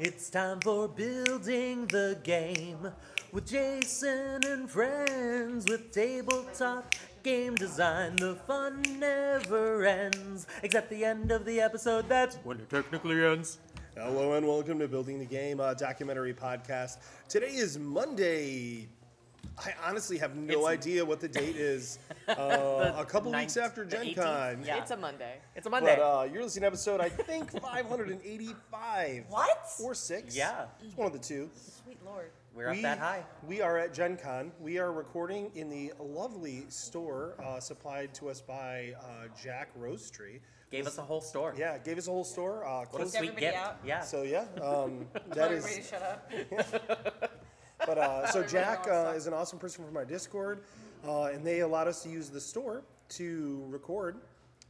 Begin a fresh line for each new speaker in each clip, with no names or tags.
It's time for building the game with Jason and friends with tabletop game design. The fun never ends, except the end of the episode. That's when it technically ends.
Hello and welcome to Building the Game, a documentary podcast. Today is Monday. I honestly have no
It's-
idea what the date is. Uh, a couple weeks
ninth-
after
the
Gen
18th?
Con.
Yeah.
It's a Monday.
It's a Monday.
But uh, you're listening to episode, I think, 585.
What?
Or six?
Yeah.
It's one of the two.
Sweet lord.
We're up that high.
We are at Gen Con. We are recording in the lovely store uh, supplied to us by uh, Jack Rose Tree.
Gave us a whole store.
Yeah, gave us a whole store. Uh,
What a
closed-
sweet
everybody
gift.
out?
Yeah.
so yeah, um, that is.
Everybody shut up.
But uh, so
Everybody
Jack
knows
uh,
that.
is an awesome person from our Discord, uh, and they allowed us to use the store to record.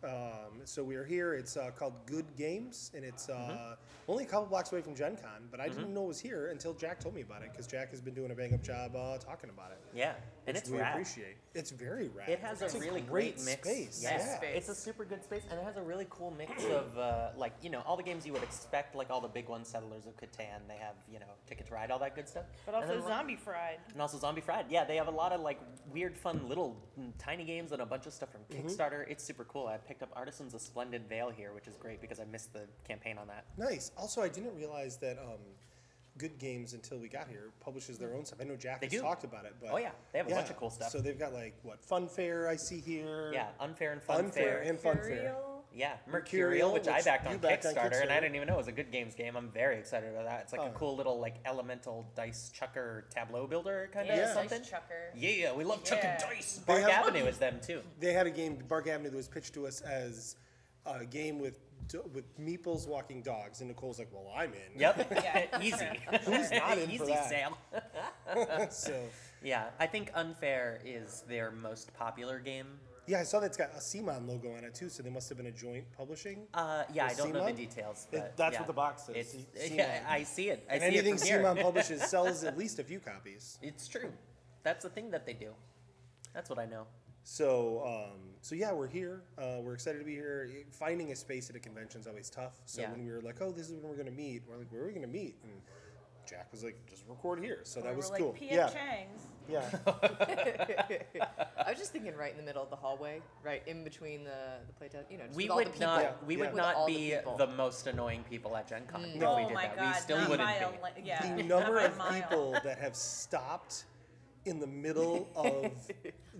Um, so we are here. It's uh, called Good Games, and it's uh, only a couple blocks away from Gen Con. But I didn't know it was here until Jack told me about it because Jack has been doing a bang up job uh, talking about it.
Yeah. And
which
it's
we
rad.
appreciate. It's very rad.
It has
It's
a really
great,
great, mix.
space.
Yeah.
Yes. Space.
it's a super good space, and it has a really cool mix of uh, like you know all the games you would expect, like all the big ones, Settlers of Catan. They have you know Ticket to Ride, all that good stuff.
But
And
also
then, like-
zombie fried.
and also Zombie Fried. Yeah, they have a lot of like weird, fun little mm, tiny games and a bunch of stuff from
Mm-hmm.
Kickstarter. It's super cool. I picked up Artisans of Splendid Vale here, which is great because I missed the campaign on that.
Nice. Also, I didn't realize that um, Good Games until we got here publishes their own stuff. I know Jack
They
has
do.
talked about it, but
Oh, yeah. They have a bunch of cool stuff.
So they've got like what Fun Fair I see here.
Yeah, Unfair and Fun
Unfair
Fair.
and Fun Fair.
yeah,
Mercurial,
Mercurial, which, I
which
backed
you
on,
backed on
Kickstarter, and
Kickstarter.
I didn't even know it was a good games game. I'm very excited about that. It's like
Oh.
a cool little like elemental dice chucker tableau builder kind
Yeah,
of
Yeah.
something.
Nice chucker.
yeah, yeah, we love chucking
Yeah.
dice. Bark
have-
Avenue is them too.
They had a game Bark Avenue that was pitched to us as a game with do- with meeples walking dogs, and Nicole's like, "Well, I'm in."
Yep,
Yeah.
easy.
Who's not in for
easy,
that?
Sam.
so
Yeah, I think Unfair is their most popular game.
yeah, I saw that's got a Seamon logo on it too, so they must have been a joint publishing.
Uh, yeah, I
Is
don't know the
Seamon?
details.
It-
But
that's
yeah.
what the box says,
It's,
Se-
yeah,
Seamon.
I see it. I
and
see
anything
it from here.
Seamon publishes sells at least a few copies.
It's true. That's the thing that they do. That's what I know.
So, um, so yeah, we're here. Uh, we're excited to be here. Finding a space at a convention is always tough. So
Yeah.
when we were like, "Oh, this is when we're going to meet," we're like, "Where are we going to meet?" And Jack was like, "Just record here." So that
Or
was
we're
cool.
like PM
yeah,
Chang's.
yeah.
I was just thinking right in the middle of the hallway, right in between the, the playtest. You know, just
We
with all the
would
people.
not.
Yeah,
We
yeah.
would
With
not
all the
be
people. Mm.
the, most annoying people at Gen Con if
No.
we
oh
did
my
that.
god,
we still
not
wouldn't
by
be.
a li- yeah.
the
not
number
by a
of
mile.
people that have stopped in the middle of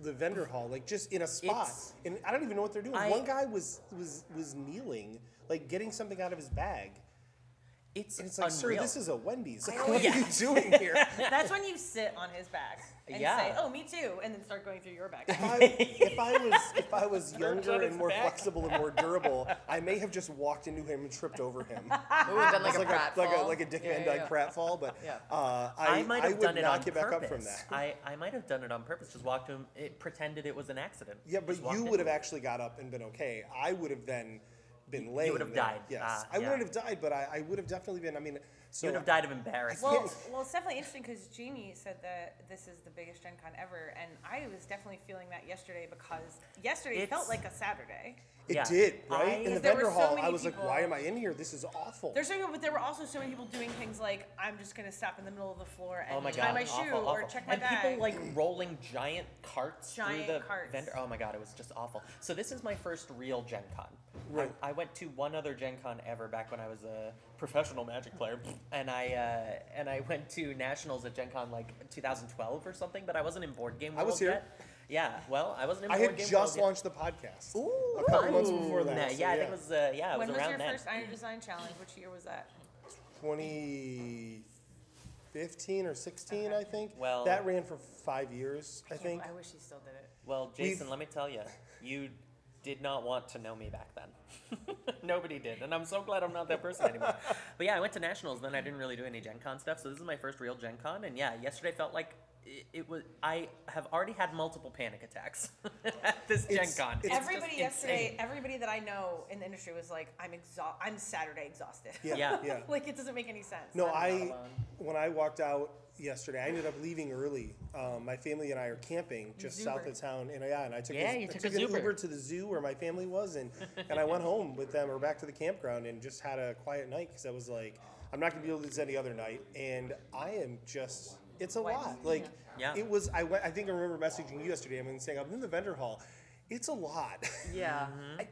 the vendor hall, like just in a spot,
It's-
and I don't even know what they're doing.
I-
One guy was was was kneeling, like getting something out of his bag,
It's,
and it's like,
unreal.
"Sir, this is a Wendy's. Like, what
Yeah.
are you doing here?"
That's when you sit on his back and
Yeah.
say, "Oh, me too," and then start going through your back.
If I- if I was if I was younger
on
and
his
more
back.
flexible and more durable, I may have just walked into him and tripped over him.
Ooh, done
It's
like, a
like
prat
a like a
fall.
like a Dick
Yeah,
Van
yeah,
Dyke
yeah.
pratfall, but
Yeah.
uh, I,
I might have
would
done it
not
on
get
purpose.
back up from that.
I, I might have done it on purpose. Just walked to him. It pretended it was an accident.
Yeah, but
Just walked
you
in.
would have actually got up and been okay. I would have then been lame.
would have
and-
died.
Yes,
Ah,
I
yeah.
wouldn't have died, but I, I would have definitely been. I mean, so
You would have died of embarrassment.
well,
Yes.
well, it's definitely interesting because Jeannie said that this is the biggest Gen Con ever, and I was definitely feeling that yesterday because yesterday
It's-
felt like a Saturday.
it
yeah.
did right
I-
in the
Because
there were
vendor
so
hall.
many
I was like,
people-
why am I in here? This is awful.
There's so many, but there were also so many people doing things like I'm just gonna stop in the middle of the floor and
Oh my
tie
god!
my
awful,
shoe
awful.
or check my
and
bag.
people like rolling giant carts
Giant
through the
carts.
vendor. Oh my god, it was just awful. So this is my first real Gen Con. I-
Right.
I, went to one other Gen Con ever back when I was a professional Magic player, and I uh, and I went to nationals at Gen Con like 2012 or something, but I wasn't in board game.
I
World
was here.
Yet. Yeah, well, I wasn't in
I
board
had
game.
just
World
launched the
yet.
podcast
Ooh,
a couple months before that.
Yeah,
so
yeah, I think it was uh, yeah, it
when
was
was
around
your
then.
first Iron Design Challenge? Which year was that?
2015 or 16, I think.
Well-
that ran for five years, I think.
I wish he still did it.
Well, Jason,
We've-
let me tell you, you did not want to know me back then. Nobody did, and I'm so glad I'm not that person anymore. but yeah, I went to nationals, then I didn't really do any Gen Con stuff, so this is my first real Gen Con, and yeah, yesterday felt like it, it was. I have already had multiple panic attacks at this Gen
It's-
Con.
it's-
It's
everybody
just insane.
yesterday, everybody that I know in the industry was like, "I'm exhausted. I'm Saturday exhausted."
Yeah.
yeah.
like it doesn't make any sense.
No,
I'm
I
not alone.
when I walked out yesterday, I ended up leaving early. Um, my family and I are camping just south
Zubered.
of town, and yeah, and I took,
Yeah,
a,
you
I
took
took
a
an
Zuber.
Uber to the zoo where my family was, and and I went home with them or back to the campground and just had a quiet night because I was like. I'm not going to be able to do this any other night, and I am just. It's a
Wiped.
lot. Like
Yeah.
it was. I went, I think I remember messaging you yesterday. I'm saying I'm in the vendor hall. It's a lot.
Yeah.
Mm-hmm.
I,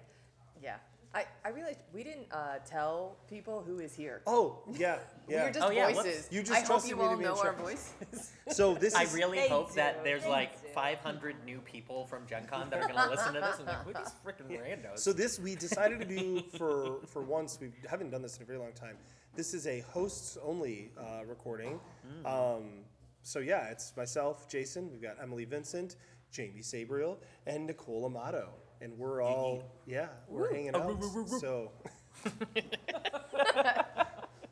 yeah. I, I realized we didn't uh, tell people who is here.
oh yeah, yeah.
We were just
Oh, yeah, what's-
voices.
You just
I hope
trusted
you
me to
all
be in
know our
charge.
voices.
so this
I
is
really
They
hope that
do,
there's
they
like
do.
500 new people from Gen Con that are going to listen to this and like, who are these freaking randos?
So this we decided to do for for once. We haven't done this in a very long time. This is a hosts only uh, recording. Um, so yeah, it's myself, Jason. We've got Emily Vincent, Jamie Sabriel, and Nicole Amato, and we're all yeah, we're hanging out. So.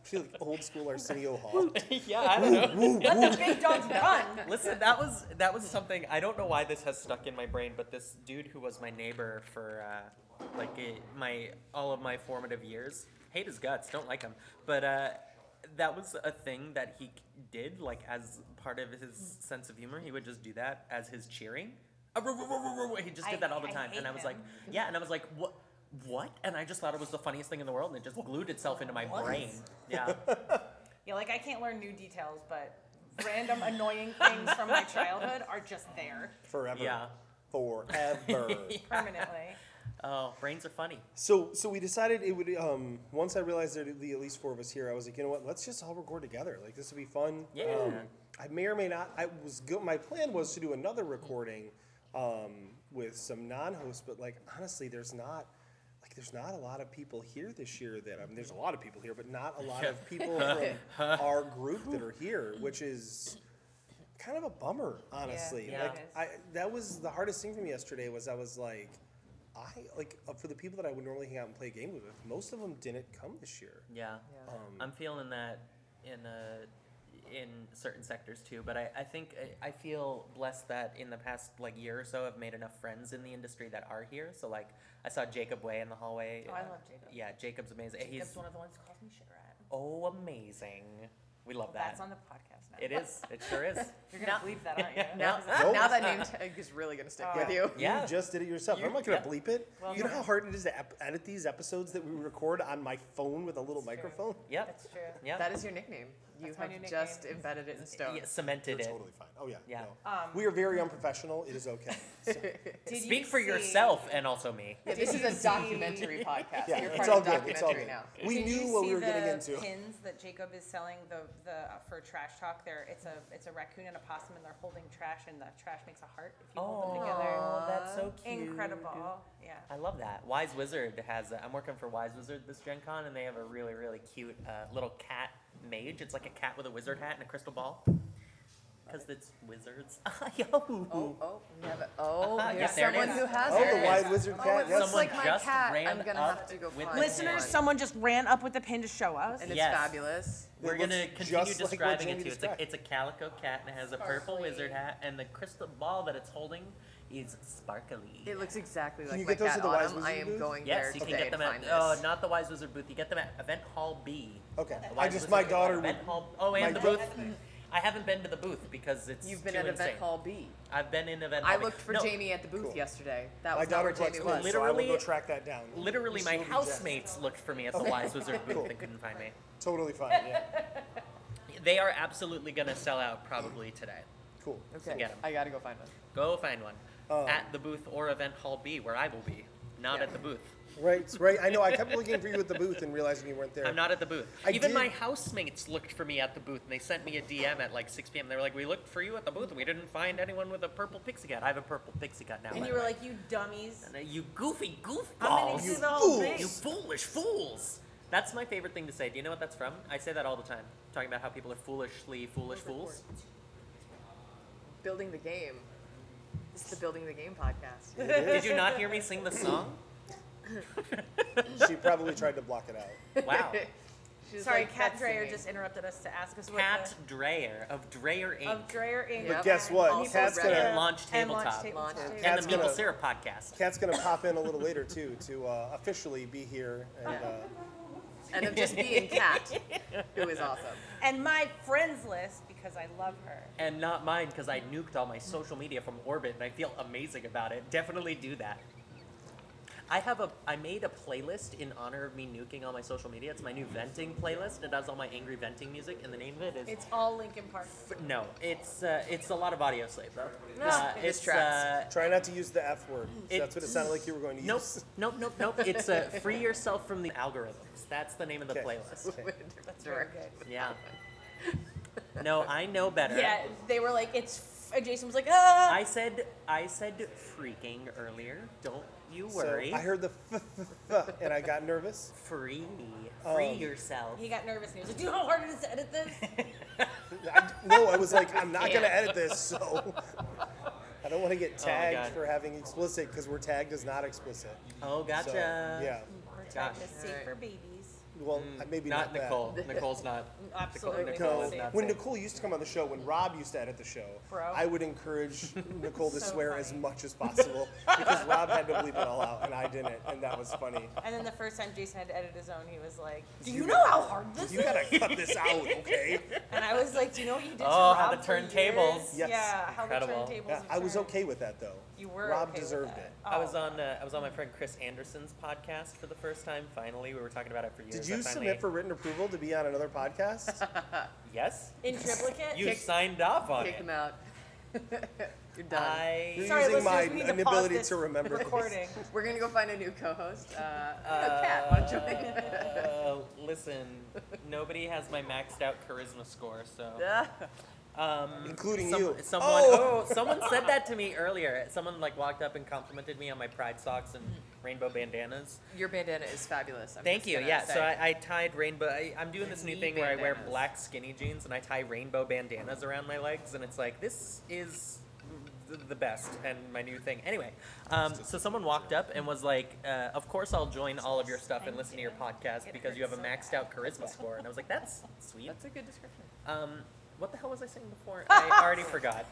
feel like old school Arsenio Hall.
yeah, I don't know.
Let the big dogs run.
Listen, that was that was something I don't know why this has stuck in my brain, but this dude who was my neighbor for uh, like eh, my all of my formative years, hate his guts, don't like him, but uh, that was a thing that he did like as part of his sense of humor. He would just do that as his cheering. Ah, roo, roo, roo, roo, roo, roo. He just
I-
did that all the
I
time, and
hate
I was
him.
like, yeah, and I was like, what? What? And I just thought it was the funniest thing in the world, and it just glued itself into my
What?
brain. Yeah.
Yeah, like I can't learn new details, but random annoying things from my childhood are just there
Forever.
Yeah.
Forever.
permanently.
Oh, brains are funny.
So, so we decided it would. Um, once I realized there'd be at least four of us here, I was like, you know what? Let's just all record together. Like this would be fun.
Yeah.
Um, I may or may not. I was go- my plan was to do another recording um, with some non-hosts, but like honestly, there's not like there's not a lot of people here this year. That I mean, there's a lot of people here, but not a lot of people from our group that are here, which is kind of a bummer, honestly.
Yeah,
like
it
is.
I, that was the hardest thing for me yesterday. Was I was like, I like uh, for the people that I would normally hang out and play games with, most of them didn't come this year. Um,
Yeah.
Yeah.
I'm feeling that in uh, in certain sectors too, but I, I think I, I feel blessed that in the past like year or so I've made enough friends in the industry that are here. So like I saw Jacob Way in the hallway.
Oh, I love Jacob.
Yeah, Jacob's amazing.
That's
He's
one of the ones who calls me shit rat.
oh amazing. We love that.
That's on the podcast now.
it is. It sure is.
You're gonna believe that, aren't you?
now,
Nope.
now that name tag is really going to stick
Oh.
with you.
Yeah.
You just did it yourself.
You-
I'm not gonna
yeah.
bleep it.
Well,
you know
no.
how hard it is to ep- edit these episodes that we record on my phone with a little
That's true.
microphone.
Yep.
That's true.
yeah.
That is your nickname. You
That's my
have
new
just
nickname.
embedded it in stone.
yeah, cemented
You're
it.
totally fine. Oh yeah.
Yeah.
no.
Um,
we are very unprofessional. It is okay. So,
Did you
Speak for
see-
yourself and also me.
Yeah, this is
Did you
a
see-
documentary podcast.
yeah,
You're
it's
part
all
of the
good. It's all
documentary
good.
now.
We
Did
knew
you
what
see
we were getting
the
into.
Pins that Jacob is selling the the uh, for trash talk. There, it's a it's a raccoon and a possum, and they're holding trash, and the trash makes a heart if you hold them
Aw,
together.
that's so cute.
Incredible. Yeah.
I love that. Wise Wizard has. A, I'm working for Wise Wizard this Gen Con, and they have a really, really cute uh, little cat mage. It's like a cat with a wizard hat and a crystal ball. Because it's wizards. Yo.
Oh, oh, we have it. Oh,
Yeah,
there's
there it
someone
is.
who has
Oh,
it.
the wide wizard
Oh,
cat.
it
yes.
looks
Someone
like my
just
cat.
ran
I'm going to
up
have to go
with
find
the
it.
Listeners,
Listeners, someone just ran up with the pin to show us.
And it's
Yes.
fabulous.
We're
It
gonna
looks
continue
just like what
describing
Jamie
it to you. It's a,
described.
it's a calico cat and it has a purple
Sparkly.
wizard hat, and the crystal ball that it's holding is sparkly.
It looks exactly like
you
my
get those
cat
at the Wise
Autumn. I
Wizard
am
booth?
going there
yes, you
today
can get
and
them
find
at.
this.
Oh, not the Wise Wizard booth. You get them at Event Hall B.
Okay.
The
I
Wise
just
Wizard
my
booth at
daughter.
Event Hall. Oh, and
my
the
da-
booth. I haven't been to the booth because it's
You've been
too
at
insane.
Event Hall B.
I've been in event.
I
lobby.
looked for
No,
Jamie at the booth
Cool.
yesterday. That
My
was not
daughter
where
collects
Jamie
pins,
was.
so I will go
Literally-
track that down.
Literally, my housemates looked for me at the
Okay.
Wise Wizard booth
Cool.
and couldn't find me.
Totally fine. Yeah.
They are absolutely gonna sell out probably today.
Cool.
So
Okay,
get 'em.
I gotta go find one.
Go find one
Um,
at the booth or Event Hall B, where I will be. Not
Yeah.
at the booth.
Right, right. I know. I kept looking for you at the booth and realizing you weren't there.
I'm not at the booth.
I
Even
did-
my housemates looked for me at the booth, and they sent me a DM at like 6 p.m. They were like, "We looked for you at the booth, and we didn't find anyone with a purple pixie cat. I have a purple pixie cat now."
and
by the
you were
way.
like, you dummies.
And, uh, "You goofy
I'm gonna
goofballs!
Oh,
do
You
the whole
fools.
thing.
You foolish fools! That's my favorite thing to say. Do you know what that's from? I say that all the time. Talking about how people are foolishly foolish fools.
Building the game. This is the Building the Game podcast.
Did you not hear me sing the song?
She probably tried to block it out.
Wow.
She was
Sorry,
like,
Kat
"That's
Dreyer
singing."
just interrupted us to ask us what
Kat Dreyer of Dreyer
the, of
Inc.
Dreyer Inc.
But
guess what?
Also
Kat's
Dreyer
gonna-
And Launch
and
Tabletop.
Launch
Tabletop.
Tabletop.
and
Kat's
the Maple
gonna-
Syrup Podcast.
Cat's gonna pop in a little later too to uh, officially be here. And uh,
And of just being Kat, who is awesome.
And my friends list because I love her.
And not mine because I nuked all my social media from orbit and I feel amazing about it. Definitely do that. I have a I made a playlist in honor of me nuking all my social media. It's my new venting playlist. It has all my angry venting music, and the name of it is
It's all Lincoln Park.
no. It's uh, it's a lot of audio slave though.
No,
Uh,
it
it's
distracts.
uh,
Try not to use the F word.
It-
That's what it sounded like you were going to
uh, Nope,
use.
nope, nope, nope. It's uh, free yourself from the algorithms. That's the name of the
Okay.
playlist.
Okay.
That's very good.
Yeah. No, I know better.
Yeah, they were like, it's. F-, Jason was like, ah.
I said I said freaking earlier. Don't you worry.
So I heard the f- f- f- and I got nervous.
free, free
Um,
yourself.
he got nervous and he was like, do you know how hard it is to edit this?
I, no, I was like, I'm not going to
Yeah.
edit this, so I don't want to get
Oh my
tagged
God.
for having explicit because we're tagged as not explicit.
Oh,
So,
gotcha.
yeah.
We're trying
Gosh.
to save for babies.
Well,
Mm,
maybe not,
not,
that.
Nicole. Nicole's not. Nicole,
Absolutely
No,
Nicole is
not
not.
when
safe.
Nicole used to come on the show, when Rob used to edit the show,
Bro.
I would encourage Nicole to
So
swear as
funny.
much as possible because Rob had to bleep it all out, and I didn't, and that was funny.
And then the first time Jason had to edit his own, he was like, do you know how hard this
You
is?
gotta cut this out, okay?
And I was like, do you know what you did to
Oh,
Rob
how the
for
turntables.
years?
Yes.
Yeah, how
Incredible.
the turntables.
Yeah,
have
I was
turned.
okay with that though.
You were.
Rob
okay with
deserved
that.
it.
I was
Oh.
on uh, I was on my friend Chris Anderson's podcast for the first time. Finally, we were talking about it for years.
Did
I
you
finally-
submit for written approval to be on another podcast?
Yes,
in triplicate.
you signed off on
Kick
it.
them out. You're done.
I
You're
Sorry,
using
listeners,
my
we need to pause
inability
this
to remember this.
recording.
We're gonna go find a new co-host. Uh,
Oh,
Uh,
Cat, want to join?
listen, nobody has my maxed out charisma score, so.
Ah.
Yeah.
Um,
Including
some-
you.
Someone,
Oh.
oh. someone said that to me earlier. Someone like walked up and complimented me on my pride socks and rainbow bandanas.
Your bandana is fabulous. I'm
Thank
just
you.
gonna
Yeah.
Say.
So I, I tied rainbow. I, I'm doing this new
Knee
thing where I wear
bandanas.
black skinny jeans and I tie rainbow bandanas around my legs, and it's like this is th- the best and my new thing. Anyway, um, so someone walked up and was like, uh, "Of course I'll join all of your stuff and listen to your podcast because you have a maxed out charisma score." And I was like, "That's sweet."
That's a good description.
Um, what the hell was I saying before? I already forgot.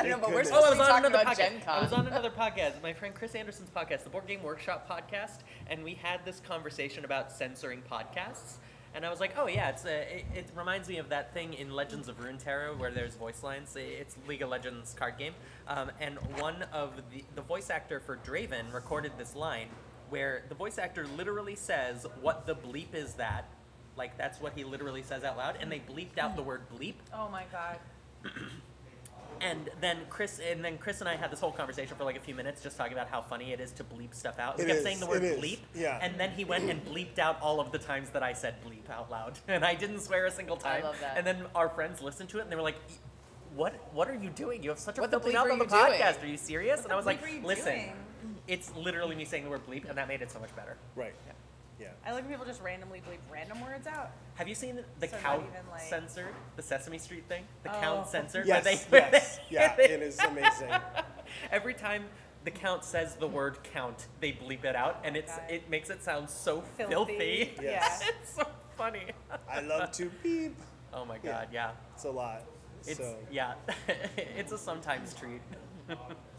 I don't know,
Thank
but we're
goodness.
Oh, I was
supposed to be
on
talking
another
about
podcast.
Gen Con.
I was on another podcast, my friend Chris Anderson's podcast, the Board Game Workshop podcast, and we had this conversation about censoring podcasts. And I was like, oh yeah, it's a, it, it reminds me of that thing in Legends of Runeterra where there's voice lines. I- It's League of Legends card game, um, and one of the the voice actor for Draven recorded this line where the voice actor literally says, "What the bleep is that?" Like that's what he literally says out loud, and they bleeped out the word bleep.
Oh my god.
And then Chris and then Chris and I had this whole conversation for like a few minutes just talking about how funny it is to bleep stuff out. We
It
kept
is,
saying the word
it is,
bleep.
yeah.
And then he went and bleeped out all of the times that I said bleep out loud. And I didn't swear a single
I
time.
love that.
And then our friends listened to it and they were like what what are you doing? You have such a
What the
flipping
bleep
out
are
on the
you doing?
podcast. Are you serious? and I was
bleep
like,
are you
listen,
doing?"
it's literally me saying the word bleep and that made it so much better.
Right. Yeah.
I like when people just randomly bleep random words out.
Have you seen the
So not
count
even, like-
censored? The Sesame Street thing? The
Oh.
count censored? where
Yes.
they- where
yes.
they-
Yeah. It is amazing.
Every time the count says the word count, they bleep it out, and it's
God.
it makes it sound so filthy.
Filthy.
Yes.
Yeah.
it's so funny.
I love to beep.
Oh my
Yeah.
god, yeah.
It's a lot.
It's
so,
yeah. it's a sometimes treat.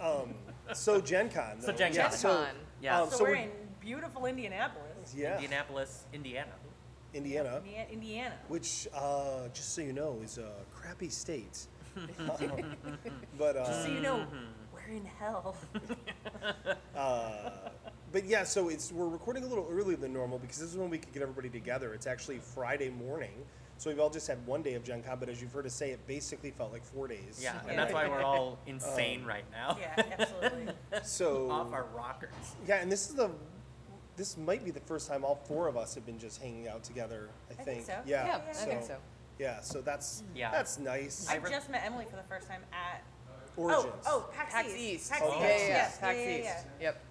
um, so Gen Con.
So
though.
Gen
Yeah,
Con.
so,
Yeah.
Um,
so,
so
we're
we're-
in beautiful Indianapolis.
yeah,
Indianapolis, Indiana.
Indiana,
Indiana. Indiana.
which, uh, just so you know, is a crappy state. Um, but uh,
Mm-hmm.
So you know, we're in hell.
Uh, but yeah, so it's we're recording a little earlier than normal because this is when we could get everybody together. It's actually Friday morning, so we've all just had one day of Gen Con, but as you've heard us say, it basically felt like four days.
Yeah, and that's why we're all
Um,
insane right now.
yeah, absolutely.
So
Off our rockers.
yeah, and this is the this might be the first time all four of us have been just hanging out together. I think.
think so.
Yeah.
Yeah,
I think so.
Yeah, so that's
Yeah.
that's nice.
I
re-
just met Emily for the first time at
Origins.
oh oh PAX,
Pax
East.
East.
PAX
Oh,
East.
yeah, yeah, yeah.
yes,
Pax
yeah,
East.
yeah,
Yep.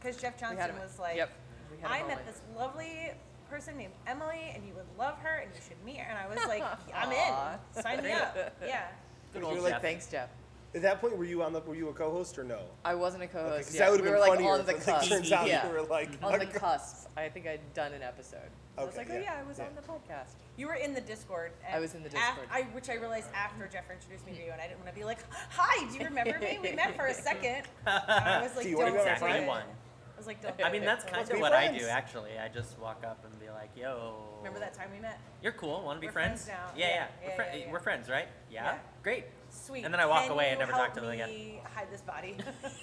Because Jeff
We had
Johnson
him.
was like,
yep. We had
I
him
met
all
this lovely person named Emily, and you would love her, and you should meet her. And I was like, I'm in.
Aw.
Sign me up. Yeah.
Good
But
old
you're
in.
like-
Jeff.
Thanks, Jeff.
At that point, were you on the were you a co-host or no?
I wasn't a co-host.
Because
yet.
that would have
Uh,
been
we were like
funnier.
on the
if it
cusp.
turns out
yeah.
you were like
on the
co-
cusp. I think I'd done an episode. I was
Okay,
like, oh
yeah,
yeah, I was
yeah.
on the podcast.
You were in the Discord.
I was in the
af-
Discord.
I, which I realized after Jeff introduced me to you, and I didn't want to be like, "Hi, do you remember me? We met for a second. I was like,
Do you wanna
"Don't
be my
do
friend?
it."
One.
I was like, "Don't."
I
do
mean
it.
that's
Don't
kind
Let's
do
of
be
it.
what I
friends.
do actually. I just walk up and be like, "Yo,
Remember that time we met?
You're cool. Want to be
We're
friends?
friends now.
Yeah, yeah.
Yeah,
We're,
yeah,
fri-
yeah, yeah.
we're friends, right? Yeah.
Yeah.
Great.
Sweet.
And then I walk
Can
away and
you
never
help
talk to them again.
me Hide this body.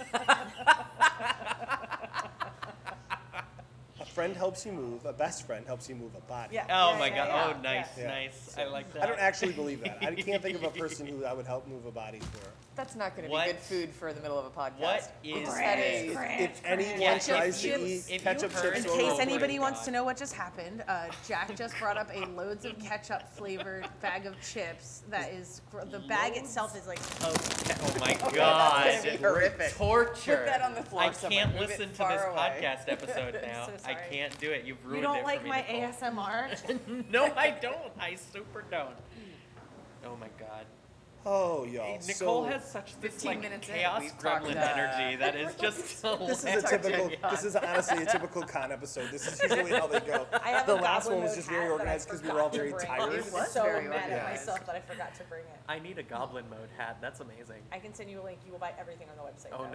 friend helps you move, a best friend helps you move a body.
Yeah.
Oh my
yeah,
god.
yeah,
oh,
yeah.
nice,
Yeah.
nice. I like that.
I don't actually believe that. I can't think of a person who I would help move a body for.
That's not going to
What?
be good food for the middle of a podcast.
What is
That is-
this?
If anyone
Ketchup
tries to
chips.
eat
If
ketchup
you heard-
chips
In
In
over
case
case
a
anybody
Oh my
wants
God.
to know what just happened, uh, Jack just brought up a loads of ketchup flavored bag of chips that is gr- the bag itself is like
Oh, oh my
gonna
god.
be horrific.
Torture.
Put that on the floor
I
somewhere.
can't
Move it
listen to
far
this
away.
podcast episode now.
so
I
sorry.
can't do it. You've ruined
you
it
don't
for
like
me,
my
Nicole.
ASMR.
No, I don't. I super don't. Oh my god.
Oh, y'all.
Nicole
so
has such this
15
like
minutes in,
chaos
we've talked,
gremlin
uh,
energy that is just
This is a
hilarious.
typical. This is honestly a typical con episode. This is usually how they go.
I have
the
a
last one
Goblin
was
Mode
just
hat
very
that I
organized because we were all
forgot to
very
bring.
tired.
It was
so
very
mad at
organized.
myself that I forgot to bring it.
I need a goblin mode hat. That's amazing.
I can send you a link. You will buy everything on the website.
Oh
though.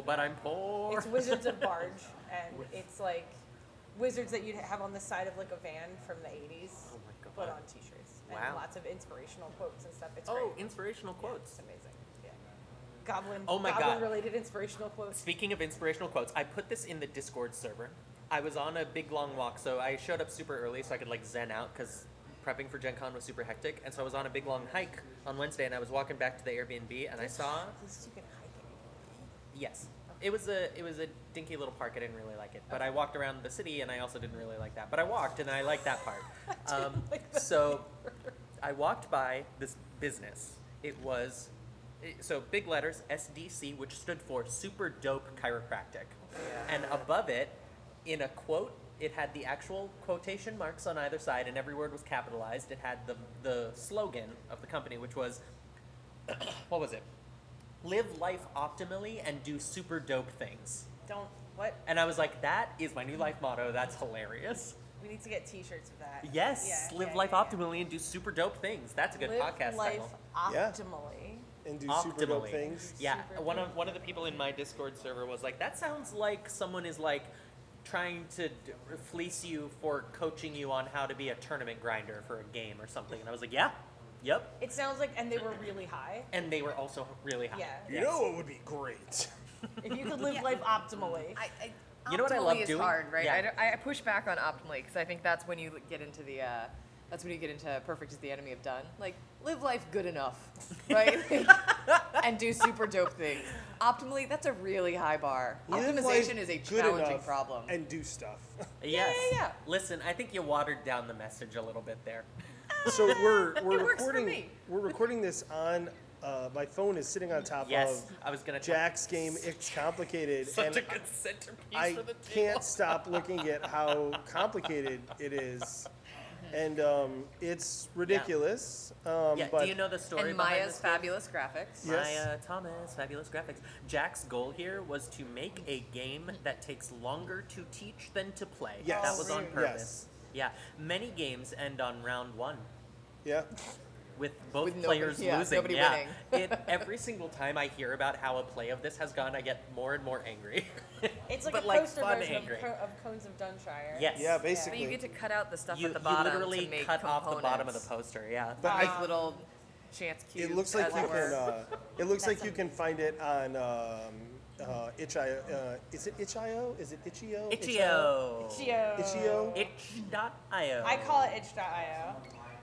no, but I'm poor.
It's Wizards of Barge, and it's like wizards that you'd have on the side of like a van from the 80s,
Oh my
but
God.
on t-shirts
Wow.
and lots of inspirational quotes and stuff. It's
Oh,
great.
inspirational
It's
quotes.
amazing. Yeah. Goblin.
Oh my God.
goblin Related inspirational quotes.
Speaking of inspirational quotes, I put this in the Discord server. I was on a big long walk, so I showed up super early so I could like zen out because prepping for Gen Con was super hectic. And so I was on a big long hike on Wednesday and I was walking back to the Airbnb and I saw
At least you can hike it.
Yes. It was a it was a dinky little park. I didn't really like it, but I walked around the city and I also didn't really like that. But I walked and I liked that part. Um,
like that
so I walked by this business. It was it- so big letters SDC, which stood for Super Dope Chiropractic, and above it, in a quote. It had the actual quotation marks on either side, and every word was capitalized. It had the, the slogan of the company, which was, what was it? live life optimally and do super dope things.
Don't what?
And I was like, that is my new life motto. That's hilarious.
We need to get T-shirts of that.
Yes,
Yeah,
live
yeah,
life
yeah, yeah.
optimally and do super dope things. That's a good
live
podcast
life
title.
Yeah.
optimally.
and do
optimally.
super dope things.
Yeah,
Super
one of
dope
one of the people in my Discord server was like, that sounds like someone is like trying to d- fleece you for coaching you on how to be a tournament grinder for a game or something. And I was like, yeah, yep.
It sounds like, and they were really high.
And they were also really high.
Yeah.
You know what would be great?
If you could live
Yeah.
life optimally,
I, I,
You know what I
optimally
love
is
doing?
hard, right?
Yeah.
I don't- I, I push back on optimally because I think that's when you get into the. Uh, that's when you get into perfect is the enemy of done. Like live life good enough, right? and do super dope things. Optimally, that's a really high bar.
Live
Optimization
life
is a
good
challenging
enough
problem.
And do stuff.
Yes.
yeah, yeah.
Listen, I think you watered down the message a little bit there.
so we're we're
It works for
recording.
me.
We're recording this on. Uh, my phone is sitting on top
Yes,
of
I was gonna. talk-
Jack's game. It's complicated,
Such
and
a good centerpiece
I
for the
can't
table.
stop looking at how complicated it is, and um, it's ridiculous. Um,
Yeah,
but
do you know the story
and
behind
Maya's
this game?
fabulous graphics.
Yeah. Yes.
Maya Thomas, fabulous graphics. Jack's goal here was to make a game that takes longer to teach than to play.
Yes.
That
Oh,
was on
Yes.
purpose. Yeah. Many games end on round one
yeah,
with both
With nobody-
players
yeah,
losing.
nobody
yeah.
winning.
it, every single time I hear about how a play of this has gone, I get more and more angry.
it's like
but
a
like
poster
fun
version of,
angry.
Co- of Cones of Dunshire.
yes.
yeah,
But
basically.
you get to cut out the stuff
You,
at the
you
bottom
literally
to make
cut off the bottom of the
components.
poster. Yeah.
but
Like
I,
little chance cubes.
it looks like
as
you
it were.
can. Uh, it looks
That's
like you can find it on. Um, uh, itch.io. Uh, is it itch.io? Is it E itch.io?
E Itch.io.
Itch.io.
Itch.io.
Itch.io.
I call it itch.io.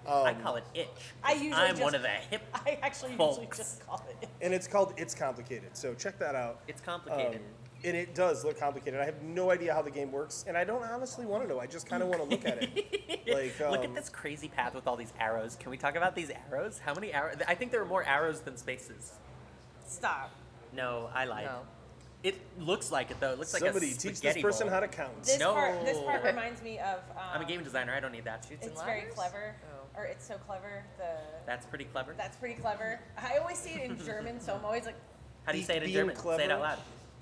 I
Um,
call it itch.
I
'cause
usually
I'm
just-
one of the hip.
I actually usually
Folks.
just call it.
and it's called It's Complicated. So check that out.
It's
Um,
complicated.
and it does look complicated. I have no idea how the game works, and I don't honestly want to know. I just kind of want to look at it. Like, um,
Look at this crazy path with all these arrows. Can we talk about these arrows? How many arrows? I think there are more arrows than spaces.
Stop.
No, I lied.
No.
It looks like it though. It looks
Somebody
like a
teach this
spaghetti
person
bowl.
how to count.
This part. This part
No.
reminds me of. Um,
I'm a game designer. I don't need that.
Shoots and
It's very
ladders?
clever,
Oh.
or it's so clever. The
That's pretty clever.
that's pretty clever. I always see it in German, so I'm always like,
how do you
Be-
say it in
being
German? Say it
clever.
out loud.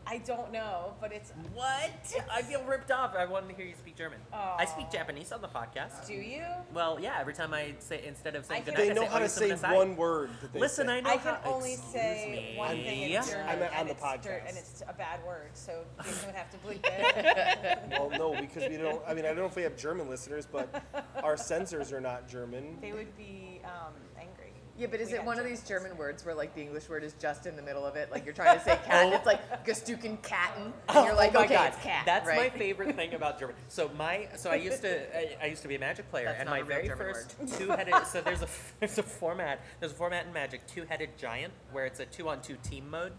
I don't know, but it's.
What? I feel ripped off. I wanted to hear you speak German.
Aw.
I speak Japanese on the podcast.
Do you?
Well, yeah. Every time I say instead of saying
I
good
can-
night,
They
I
know
say,
how to say
"Oyusumisai."
one word. That they
Listen,
say.
I know
I
how.
can only
Excuse
say
me.
one thing in German,
I meant on
and
the
it's dirt,
podcast.
and it's a bad word, so you don't have to bleep it.
Well, no, because we don't. I mean, I don't know if we have German listeners, but our censors are not German.
they would be um, angry.
Yeah, but is
We
it
had
one of
German
these
last
German words where like the English word is just in the middle of it? Like you're trying to say cat, and it's like gestuken katten, and you're like,
oh my
okay,
God.
it's cat.
That's
right?
my favorite thing about German. So my, so I used to, I, I used to be a Magic player,
That's
and
not
my
a real
very
German
first two-headed. So there's a there's a format there's a format in Magic, two-headed giant, where it's a two-on-two team mode,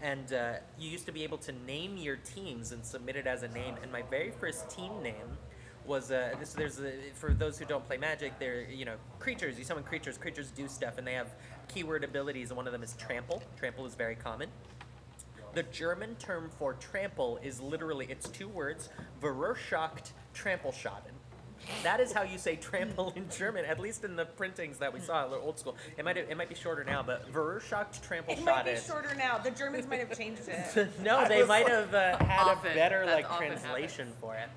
and uh, you used to be able to name your teams and submit it as a name. And my very first team name was uh, this, there's a, for those who don't play Magic, they're you know creatures. You summon creatures. Creatures do stuff, and they have keyword abilities. And one of them is trample. Trample is very common. The German term for trample is literally it's two words: Verursacht Trampelschaden. That is how you say trample in German, at least in the printings that we saw, the old school. It might it might be shorter now, but Verursacht
It might be
Trampelschaden.
shorter now. The Germans might have changed it.
no, they
was
might have uh, had
Often.
a better
That
like
often
translation for it.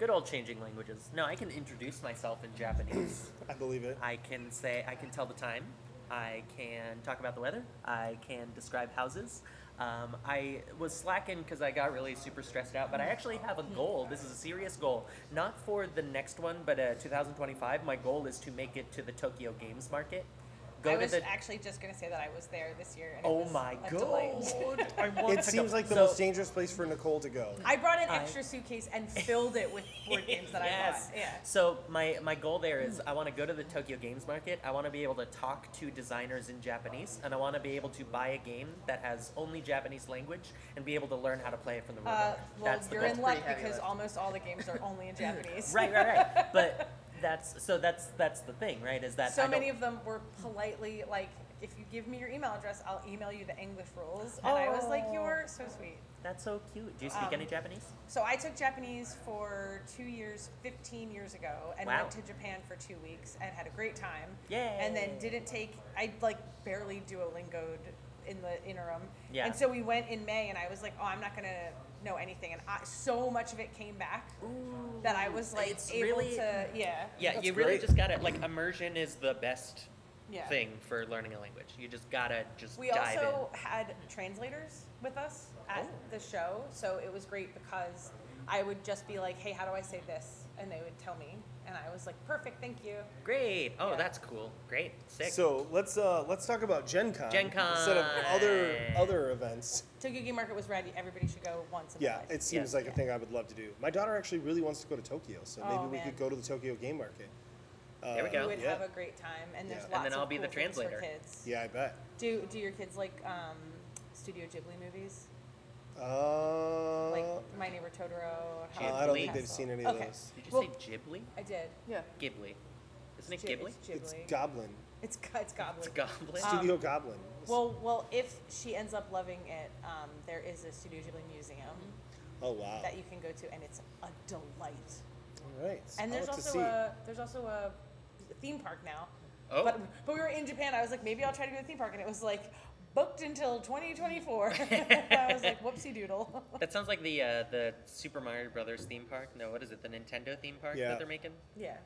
Good old changing languages. No, I can introduce myself in Japanese.
I believe it.
I can say I can tell the time. I can talk about the weather. I can describe houses. Um, I was slacking because I got really super stressed out, but I actually have a goal. This is a serious goal, not for the next one, but uh, 2025. My goal is to make it to the Tokyo Games Market. Go
I
to
was
the.
actually just going to say that I was there this year. And it
oh
was
my
a delight.
god! I want
It
to go.
seems like the
So-
most dangerous place for Nicole to go.
I brought an
I-
extra suitcase and filled it with board games that
yes.
I bought. Yeah.
So my my goal there is I want to go to the Tokyo Games Market. I want to be able to talk to designers in Japanese, and I want to be able to buy a game that has only Japanese language and be able to learn how to play it from the rule
Uh,
book.
well,
the
you're
goal.
in luck
Pretty heavy
because
lift.
almost all the games are only in Japanese.
right, right, right. But that's so that's that's the thing, right? Is that
So
I don't-
many of them were politely like, if you give me your email address, I'll email you the English rules. And I was like,
Oh.
you're so sweet.
that's so cute. Do you speak
um,
any Japanese?
So I took Japanese for two years, 15 years ago, and
Wow.
went to Japan for two weeks and had a great time.
Yay.
And then didn't take, I like barely Duolingoed in the interim.
Yeah.
And so we went in May, and I was like, oh, I'm not going to know anything. And I, so much of it came back that I was like,
it's
able
really-
to, yeah.
Yeah,
That's
you really
great.
just gotta like immersion is the best
Yeah.
thing for learning a language. You just gotta just
We
dive
also had translators with us at
Oh.
the show, so it was great because I would just be like, "Hey, how do I say this?" and they would tell me, and I was like, "Perfect, thank you."
in. Great. Oh,
Yeah.
that's cool. Great. Sick.
So let's uh, let's talk about Gen Con,
Gen Con.
instead of other other events.
Tokyo Game Market was ready. Everybody should go once. In
Yeah,
their
it
life.
seems
Yeah.
like a thing I would love to do. My daughter actually really wants to go to Tokyo, so maybe
Oh,
we
man.
could go to the Tokyo Game Market. Uh,
There we
you
go.
would
yeah.
have a great time, and there's
Yeah. And
lots
then
of
I'll be
cool
the
things for
translator.
kids.
Yeah, I bet.
Do do your kids like um, Studio Ghibli movies?
Uh,
Like My Neighbor Totoro.
Uh,
I don't think
Ghibli.
they've seen any of
Okay.
those.
Did you
Well-
say Ghibli?
I did.
Yeah.
Ghibli. Isn't it
Ghi-
Ghibli?
It's
It's
Ghibli.
Goblin
It's, go- it's Goblin.
It's Goblin.
Uh,
Studio Goblin.
Well, well, if she ends up loving it, um, there is a Studio Ghibli museum
Mm-hmm.
oh wow!
that you can go to, and it's a delight.
All right.
And
I'll
there's
look to
also
see.
a there's also a theme park now.
Oh.
But but we were in Japan. I was like, maybe I'll try to go to the theme park, and it was like booked until 2024. I was like, whoopsie doodle.
that sounds like the uh, the Super Mario Brothers theme park. No, what is it? The Nintendo theme park
Yeah.
that they're making?
yeah.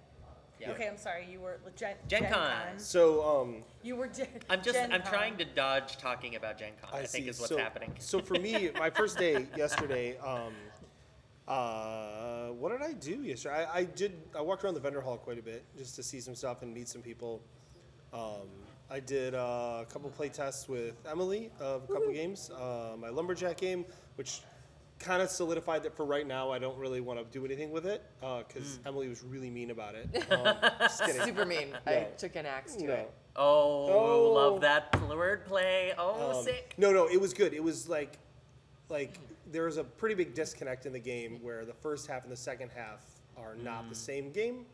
Yeah.
Okay, I'm sorry. You were Gen,
Gen Con.
So um,
You were Gen.
I'm just
Gen
I'm
Con.
trying to dodge talking about Gen Con, I, think
see.
is what's
so,
happening.
so for me, my first day yesterday, um, uh, what did I do yesterday? I, I did. I walked around the vendor hall quite a bit just to see some stuff and meet some people. Um, I did uh, a couple play tests with Emily of a couple games. Uh, my lumberjack game, which kind of solidified that for right now, I don't really want to do anything with it because
Hmm.
Emily was really mean about it. Um, just kidding.
Super mean. I
No.
took an axe to
No.
it.
oh,
Oh.
love that wordplay. Oh,
Um,
sick.
No, no, it was good. It was like, like there was a pretty big disconnect in the game where the first half and the second half are not the same game,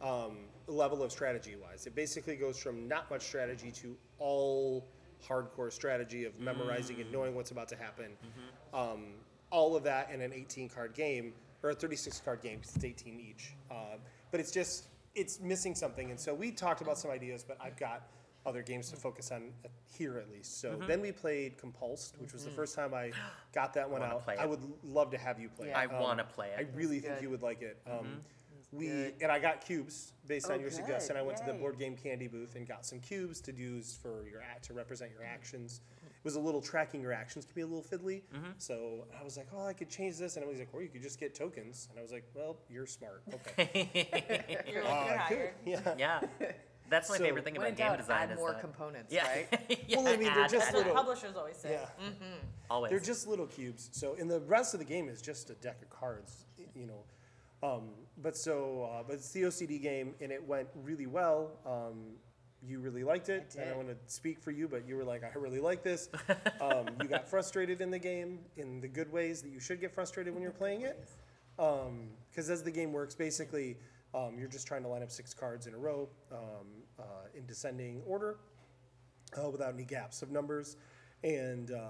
um, level of strategy wise. It basically goes from not much strategy to all hardcore strategy of memorizing and knowing what's about to happen.
Mm-hmm.
Um, all of that in an 18 card game or a 36 card game because it's 18 each. Uh, but it's just it's missing something, and so we talked about some ideas, but I've got other games to focus on uh, here at least. So
Mm-hmm.
then we played Compulsed, which was the first time I got that one
Wanna
out.
play
I
it.
would love to have you play.
Yeah.
I
it. Um,
wanna play it.
I really think
Good.
you would like it. Um, We
good.
and I got cubes based on your
Okay,
suggestion. I went to the
yay.
board game candy booth and got some cubes to use for your act to represent your actions. It was a little tracking your actions can be a little fiddly. So I was like, oh, I could change this, and Emily's like, or you could just get tokens. And I was like, well, you're smart. Okay.
You're like,
Uh,
you're
cool.
hired.
Yeah.
yeah. That's my
So-
favorite thing
When
about
in
game
doubt,
design.
add
is
more
that-
components,
Yeah.
right?
yeah.
Well, I mean, they're
add,
just
add,
That's what
little-
publishers always say.
Yeah.
always.
They're just little cubes. So, and the rest of the game is just a deck of cards, y- you know. Um, but so, uh, but it's the OCD game, and it went really well. Um, you really liked it.
I
I
did.
don't want to speak for you, but you were like, I really like this. um, you got frustrated in the game in the good ways that you should get frustrated when you're playing it. Because as the game works, basically, um, you're just trying to line up six cards in a row um, uh, in descending order uh, without any gaps of numbers. And uh,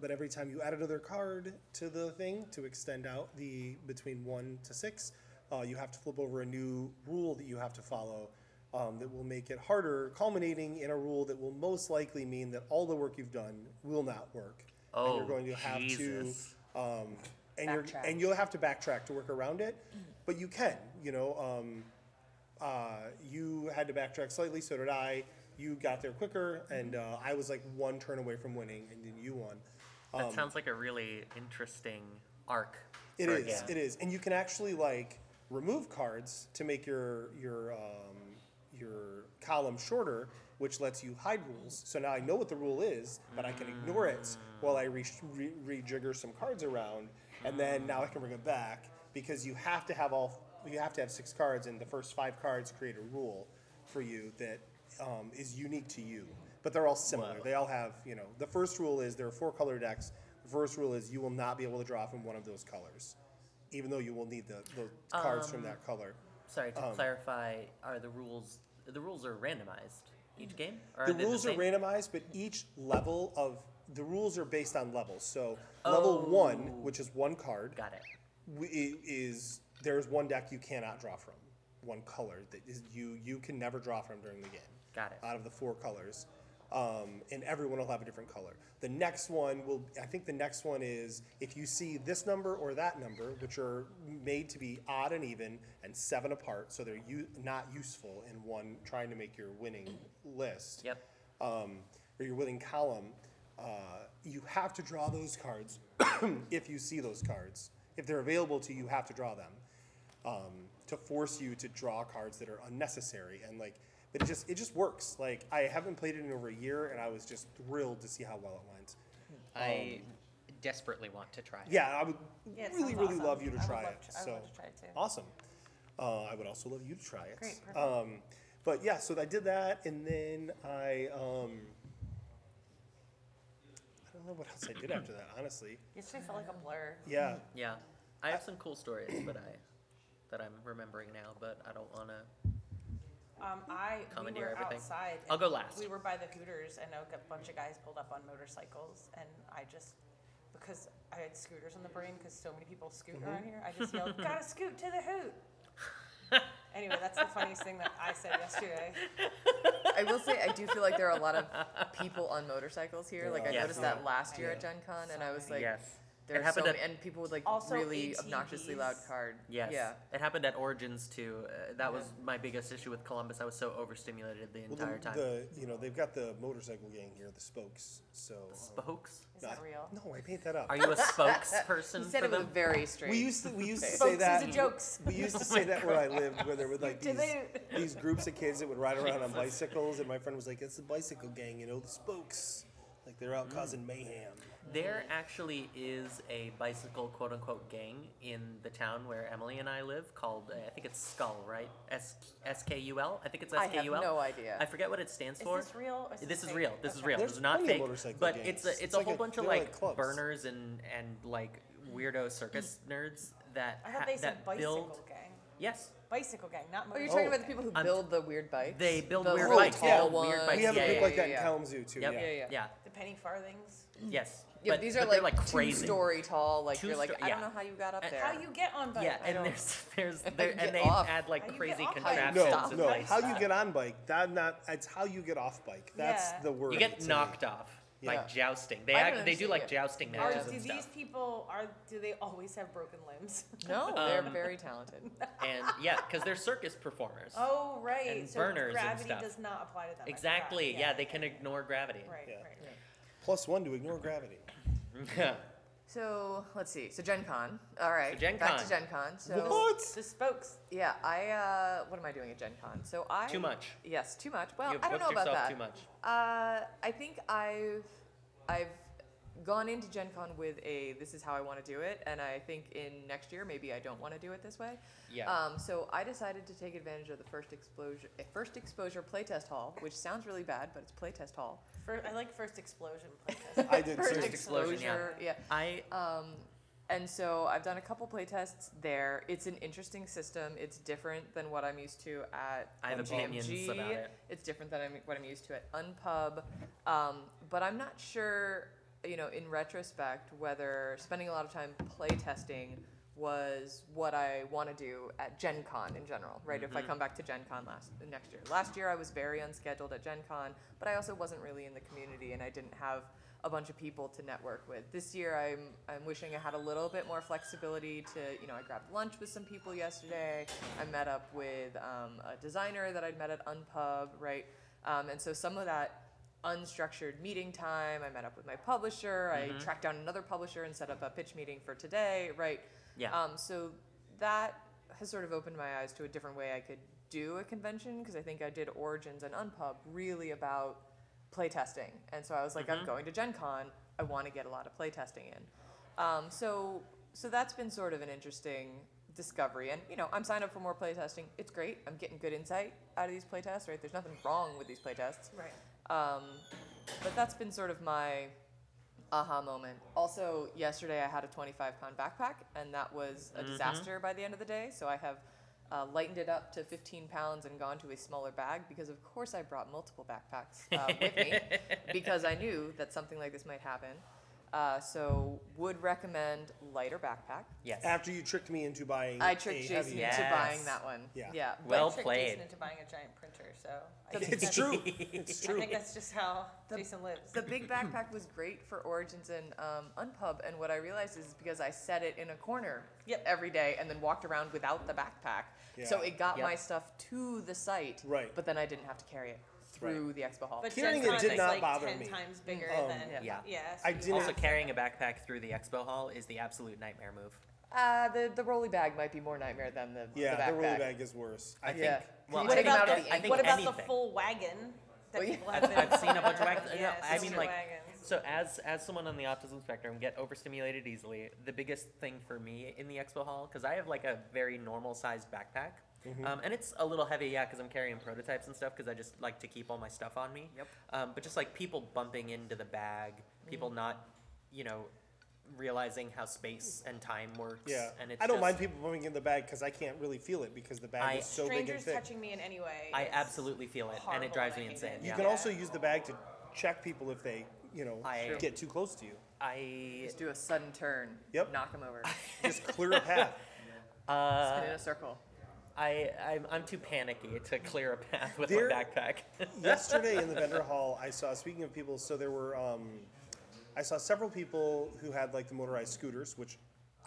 but every time you add another card to the thing to extend out the between one to six, uh, you have to flip over a new rule that you have to follow. Um, that will make it harder, culminating in a rule that will most likely mean that all the work you've done will not work. and
Oh,
you're going to have
Jesus.
to, um, and you're,
Backtrack.
and you'll have to backtrack to work around it, but you can, you know. Um, uh, you had to backtrack slightly, so did I. You got there quicker, and uh, I was like one turn away from winning, and then you won.
that sounds like a really interesting arc.
um, It
for a
is,
game.
it is, and you can actually like remove cards to make your your um, your column shorter, which lets you hide rules. So now I know what the rule is, but I can ignore it while I re- re- rejigger some cards around, and then now I can bring it back because you have to have all you have to have six cards, and the first five cards create a rule for you that um, is unique to you. But they're all similar.
Wow.
They all have, you know, the first rule is there are four color decks. The first rule is you will not be able to draw from one of those colors, even though you will need the, the cards from that color.
Sorry
Um,
to clarify. Are the rules? The rules are randomized each game. Or
The
they
rules are
same?
randomized, but each level of the rules are based on levels. So level one, which is one card,
Got it.
w- i- is there's one deck you cannot draw from, one color that is you you can never draw from during the game.
Got it.
Out of the four colors, um, and everyone will have a different color. The next one will, I think, the next one is if you see this number or that number, which are made to be odd and even and seven apart, so they're u- not useful in one trying to make your winning list
Yep.
um, or your winning column, uh, you have to draw those cards if you see those cards. If they're available to you, you have to draw them um, to force you to draw cards that are unnecessary. And like, but it just it just works. Like I haven't played it in over a year, and I was just thrilled to see how well it went.
I desperately want to try. it.
Um, Yeah, I would
Yeah, it
really
sounds
really
awesome.
love you to
I would
try
love
it.
to- I would
so oh.
love to try it too.
awesome. Uh, I would also love you to try it.
Great, perfect.
Um, but yeah, so I did that, and then I um, I don't know what else I did after that. Honestly,
Yesterday felt like a blur.
yeah,
Yeah. I have some cool stories, but I that I'm remembering now, but I don't wanna.
Um, I we
Commandeer
were
everything.
outside.
I'll
and
go last.
We were by the Hooters, and a g- bunch of guys pulled up on motorcycles, and I just because I had scooters on the brain because so many people scoot
Mm-hmm.
around here, I just yelled, "Gotta scoot to the hoot!" anyway, that's the funniest thing that I said yesterday.
I will say I do feel like there are a lot of people on motorcycles here. Like I
Yes.
noticed that last year at Gen Con, and I was like,
yes.
there
it
are so
happened
many,
at
and people with like
Also
really obnoxiously loud
ATVs.
card.
yes.
Yeah.
It happened at Origins too. Uh, that was my biggest issue with Columbus. I was so overstimulated the
well,
entire
the,
time.
the you know they've got the motorcycle gang here, the spokes. So um,
Spokes?
Is that real?
No, I made that up.
Are you a
He
spokesperson
said
for
it was
them?
very strange.
we used to we used to
Folks,
say
these
that.
are jokes.
We used to say that where I lived, where there were like
to
these,
the-
these groups of kids that would ride around on
Jesus.
bicycles, and my friend was like, "It's the bicycle gang, you know, the spokes, like they're
Mm.
out causing mayhem."
There actually is a bicycle quote unquote gang in the town where Emily and I live called, uh, I think it's Skull, right? S K U L? I think it's S
I
K
have
U L.
no idea.
I forget what it stands
Is
for.
this real? Or is
This is
fake?
real. This is
Okay.
real. This
There's
is not
plenty of
fake.
motorcycle
But
gangs.
it's a it's,
It's
a
like
whole
a-
bunch of
they're like
like,
clubs.
burners and and like weirdo circus
Mm.
nerds that
I thought
ha-
they said
that
bicycle
build.
gang.
Yes,
Bicycle gang, not
Oh,
motorcycle.
you're talking
Oh.
about the people who
I'm-
build the weird bikes.
they build
the
weird
really
bikes,
Tall
yeah,
ones.
weird bikes,
We have a
yeah,
group
yeah,
like that in
yeah.
Kalamazoo too.
Yep.
Yeah.
Yeah, yeah.
yeah,
the penny farthings.
yes.
Yeah,
but,
these
but
are
they're,
like,
crazy.
two-story tall. Like you're like,
Two-sto-
I don't
yeah.
know how you got up
And-
there.
How you get on bike?
Yeah,
I
and
don't-
there's there's
How you
there,
get
and they
off.
add
How
like
you get
crazy
off? How you
contraptions.
No,
Stop.
and
no.
things.
How you get on bike? That not. It's how you get off bike. That's
Yeah.
the word.
You
to
get
me.
knocked off
Yeah.
by jousting. They
I don't
act, they do
understand
like
it.
jousting
Are,
matches
do
and
these
stuff.
people are? Do they always have broken limbs?
No, they're
Um,
very talented.
And yeah, because they're circus performers.
Oh right,
And
so
burners and
gravity
stuff.
does not apply to them. I forgot.
Exactly. Yeah, they can ignore gravity.
Right,
Yeah.
right, right.
Plus one to ignore gravity.
So let's see. So Gen Con. All right.
Gen
back
Con.
to Gen Con. So
What?
The spokes.
yeah, I uh, what am I doing at Gen Con? So I
Too much.
Yes, too much. Well,
You've
I don't know
booked yourself
about that.
too much.
Uh, I think I've I've gone into Gen Con with a this is how I want to do it, and I think in next year maybe I don't want to do it this way.
Yeah.
Um, so I decided to take advantage of the first exposure eh, first exposure playtest hall, which sounds really bad, but it's playtest hall.
Fir I like first explosion. playtest.
I did
First
too.
explosion, yeah.
exposure, yeah.
I
Um, and so I've done a couple playtests there. It's an interesting system. It's different than what I'm used to at
I have
PMG.
opinions about it.
It's different than I'm, what I'm used to at Unpub. Um, but I'm not sure, you know, in retrospect, whether spending a lot of time playtesting was what I want to do at Gen Con in general, right? If I
Mm-hmm.
come back to Gen Con last, next year. Last year I was very unscheduled at Gen Con, but I also wasn't really in the community and I didn't have a bunch of people to network with. This year I'm I'm wishing I had a little bit more flexibility to, you know, I grabbed lunch with some people yesterday. I met up with um, a designer that I'd met at Unpub, right? Um, and so some of that unstructured meeting time, I met up with my publisher, I tracked down another publisher and set up a pitch meeting for today, right?
yeah.
Um, so that has sort of opened my eyes to a different way I could do a convention because I think I did Origins and Unpub really about playtesting. And so I was like, I'm going to Gen Con. I want to get a lot of playtesting in. Um, so, so that's been sort of an interesting discovery. And, you know, I'm signed up for more playtesting. It's great. I'm getting good insight out of these playtests, right? There's nothing wrong with these playtests.
Right.
Um, but that's been sort of my aha moment. Also, yesterday I had a 25 pound backpack, and that was a disaster by the end of the day. So I have uh, lightened it up to 15 pounds and gone to a smaller bag because, of course, I brought multiple backpacks uh, with me because I knew that something like this might happen. Uh, so would recommend lighter backpack.
yes.
After you tricked me into buying,
I
a
tricked
heavy-
Jason
Yes.
into buying that one.
Yeah.
Yeah.
Well
I tricked
played.
Jason into buying a giant printer, so I
That's
think
It's
that's-
true. It's
I
true.
think that's just how Jason lives.
the big backpack was great for Origins and um, Unpub, and what I realized is because I set it in a corner
Yep.
every day and then walked around without the backpack, so
Yeah.
it got
Yep.
my stuff to the site.
Right.
but then I didn't have to carry it through the expo hall.
but
Carrying
Gen
it
Con
did
is
not
like
bother
ten
me.
times bigger
Um,
than yeah.
yeah.
so
I
you
didn't-
have
Also,
to-
carrying a backpack through the expo hall is the absolute nightmare move.
uh, the the rolly bag might be more nightmare than the
yeah,
the backpack.
the rolly bag is worse. I think.
Yeah.
well, I
Can you take
What
think-
them
about,
out
the,
of the
I think
what about the
anything.
full wagon that
Well, yeah.
people have been
I've seen a bunch of
wagons.
wagons. no, I mean, like,
wagons.
so as as someone on the autism spectrum get overstimulated easily, the biggest thing for me in the expo hall because I have like a very normal sized backpack,
Mm-hmm.
um, and it's a little heavy, yeah, because I'm carrying prototypes and stuff because I just like to keep all my stuff on me.
Yep.
Um, but just like people bumping into the bag,
Mm.
people not, you know, realizing how space and time works.
Yeah,
And it's
I don't
just-
mind people bumping in the bag because I can't really feel it because the bag
I-
is so big and
strangers
thick.
touching me in any way.
I
is-
absolutely feel it, and
horrible
it drives
and
me
I hate
insane.
it.
you
Yeah.
can also use the bag to check people if they, you know,
I-
get too close to you.
I
Just do a sudden turn.
Yep.
Knock them over.
Just clear a path.
uh,
Spin in a circle.
I, I'm, I'm too panicky to clear a path with
There-
my backpack.
Yesterday in the vendor hall, I saw. Speaking of people, so there were. Um, I saw several people who had like the motorized scooters, which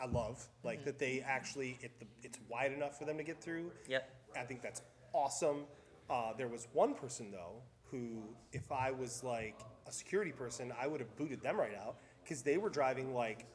I love. Like that they actually it, the, it's wide enough for them to get through.
Yep.
I think that's awesome. Uh, there was one person though who, if I was like a security person, I would have booted them right out because they were driving like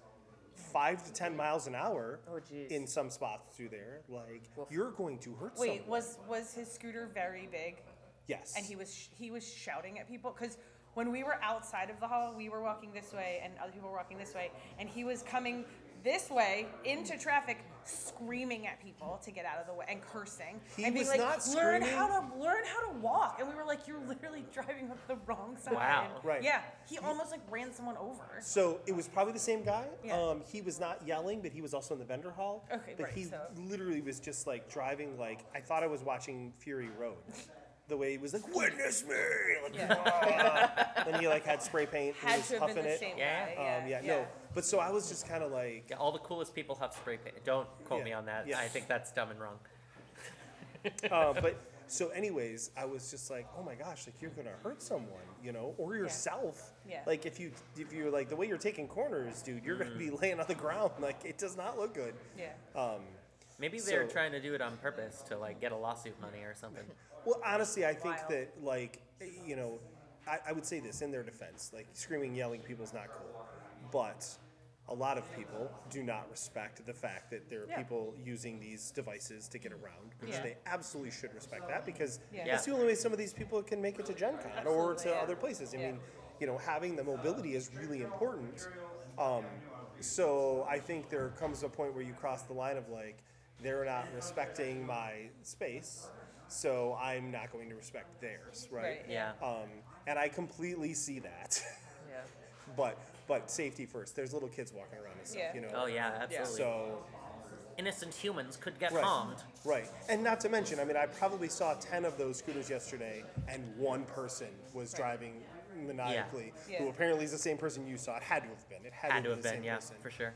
five to ten miles an hour
Oh, jeez.
in some spots through there. Like you're going to hurt.
Wait,
someone.
was was his scooter very big?
yes,
And he was sh- he was shouting at people because when we were outside of the hall, we were walking this way, and other people were walking this way, and he was coming this way into traffic, screaming at people to get out of the way and cursing
He
and being
was
like,
not
"Learn
screaming."
how to learn how to walk." And we were like, "You're literally driving up the wrong side."
Wow.
Right.
Yeah, he almost like ran someone over.
So it was probably the same guy.
Yeah.
Um, he was not yelling, but he was also in the vendor hall.
Okay,
but
right,
he
so-
literally was just like driving. Like I thought I was watching Fury Road. The way he was like, witness me. Like, "Wah!" then he like had spray paint. and
Had
was
to have
huffing
been the
it.
same
Yeah.
guy.
Um, yeah, no. But so I was just kind of like,
Yeah, all the coolest people have spray paint. Don't quote
Yeah,
me on that.
yeah.
I think that's dumb and wrong.
uh, but so anyways, I was just like, oh my gosh, like you're gonna hurt someone, you know, or yourself.
Yeah.
Like if you if you're like the way you're taking corners, dude, you're gonna be laying on the ground. Like it does not look good.
Yeah.
Uh,
Maybe they're
So-
trying to do it on purpose to like get a lawsuit money or something.
Well, honestly, I think
Wild.
that like you know, I, I would say this in their defense, like screaming, yelling, people's not cool, but a lot of people do not respect the fact that there are
Yeah.
people using these devices to get around, which
Yeah.
they absolutely should respect that because
Yeah.
that's the only way some of these people can make it to Gen Con or to
Absolutely, yeah.
other places. I
Yeah.
mean, you know, having the mobility is really important. Um, so I think there comes a point where you cross the line of like, they're not respecting my space, so I'm not going to respect theirs, right?
Right.
Yeah.
Um, and I completely see that.
Yeah.
but but safety first. There's little kids walking around and stuff,
Yeah.
you know.
Oh yeah, absolutely.
So
Innocent humans could get
right,
harmed.
right, and not to mention, I mean, I probably saw ten of those scooters yesterday, and one person was driving maniacally,
Yeah.
who
Yeah.
apparently is the same person you saw. It had to have been. It had,
Had to
be
have
the
been,
same
yeah,
person.
for sure.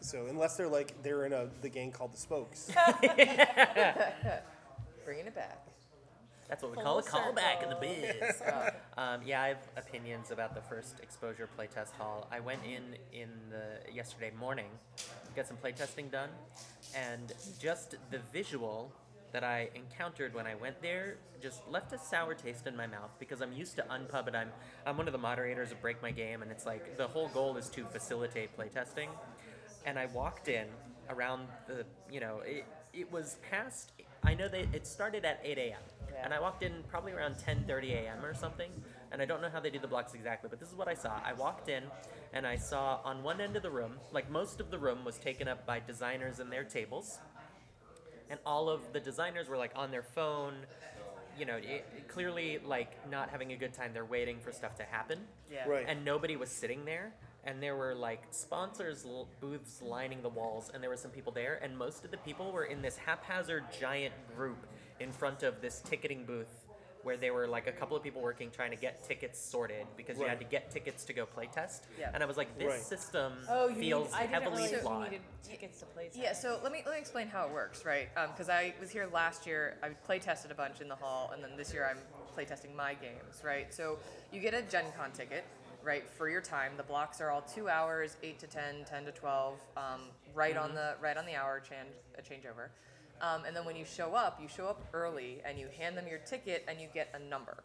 So unless they're like they're in a the gang called the Spokes,
Bringing it back.
That's what we
Full
call a callback in the
circle.
biz. um, yeah, I have opinions about the first exposure playtest haul. I went in in the yesterday morning, got some playtesting done, and just the visual that I encountered when I went there just left a sour taste in my mouth because I'm used to Unpub and I'm I'm one of the moderators of Break My Game and it's like the whole goal is to facilitate playtesting. And I walked in around the you know, it it was past I know they it started at eight AM. And I walked in probably around 10:30 a.m. or something, and I don't know how they do the blocks exactly, but this is what I saw. I walked in, and I saw on one end of the room, like most of the room was taken up by designers and their tables, and all of the designers were like on their phone, you know, i clearly like not having a good time. They're waiting for stuff to happen,
Yeah.
right?
and nobody was sitting there. And there were like sponsors l- booths lining the walls, and there were some people there, and most of the people were in this haphazard giant group in front of this ticketing booth where there were like a couple of people working trying to get tickets sorted because you had
Right.
to get tickets to go playtest.
Yeah.
And I was like, this
Right.
system
Oh, you
feels
need, I didn't
heavily
realize you
flawed.
needed tickets to play.
Yeah, so let me let me explain how it works, right? Because I was here last year. I play tested a bunch in the hall, and then this year I'm play testing my games, right? So you get a Gen Con ticket, right, for your time. The blocks are all two hours, eight to 10, 10 to twelve, um, right on the right on the hour change a changeover. Um, and then when you show up, you show up early, and you hand them your ticket, and you get a number.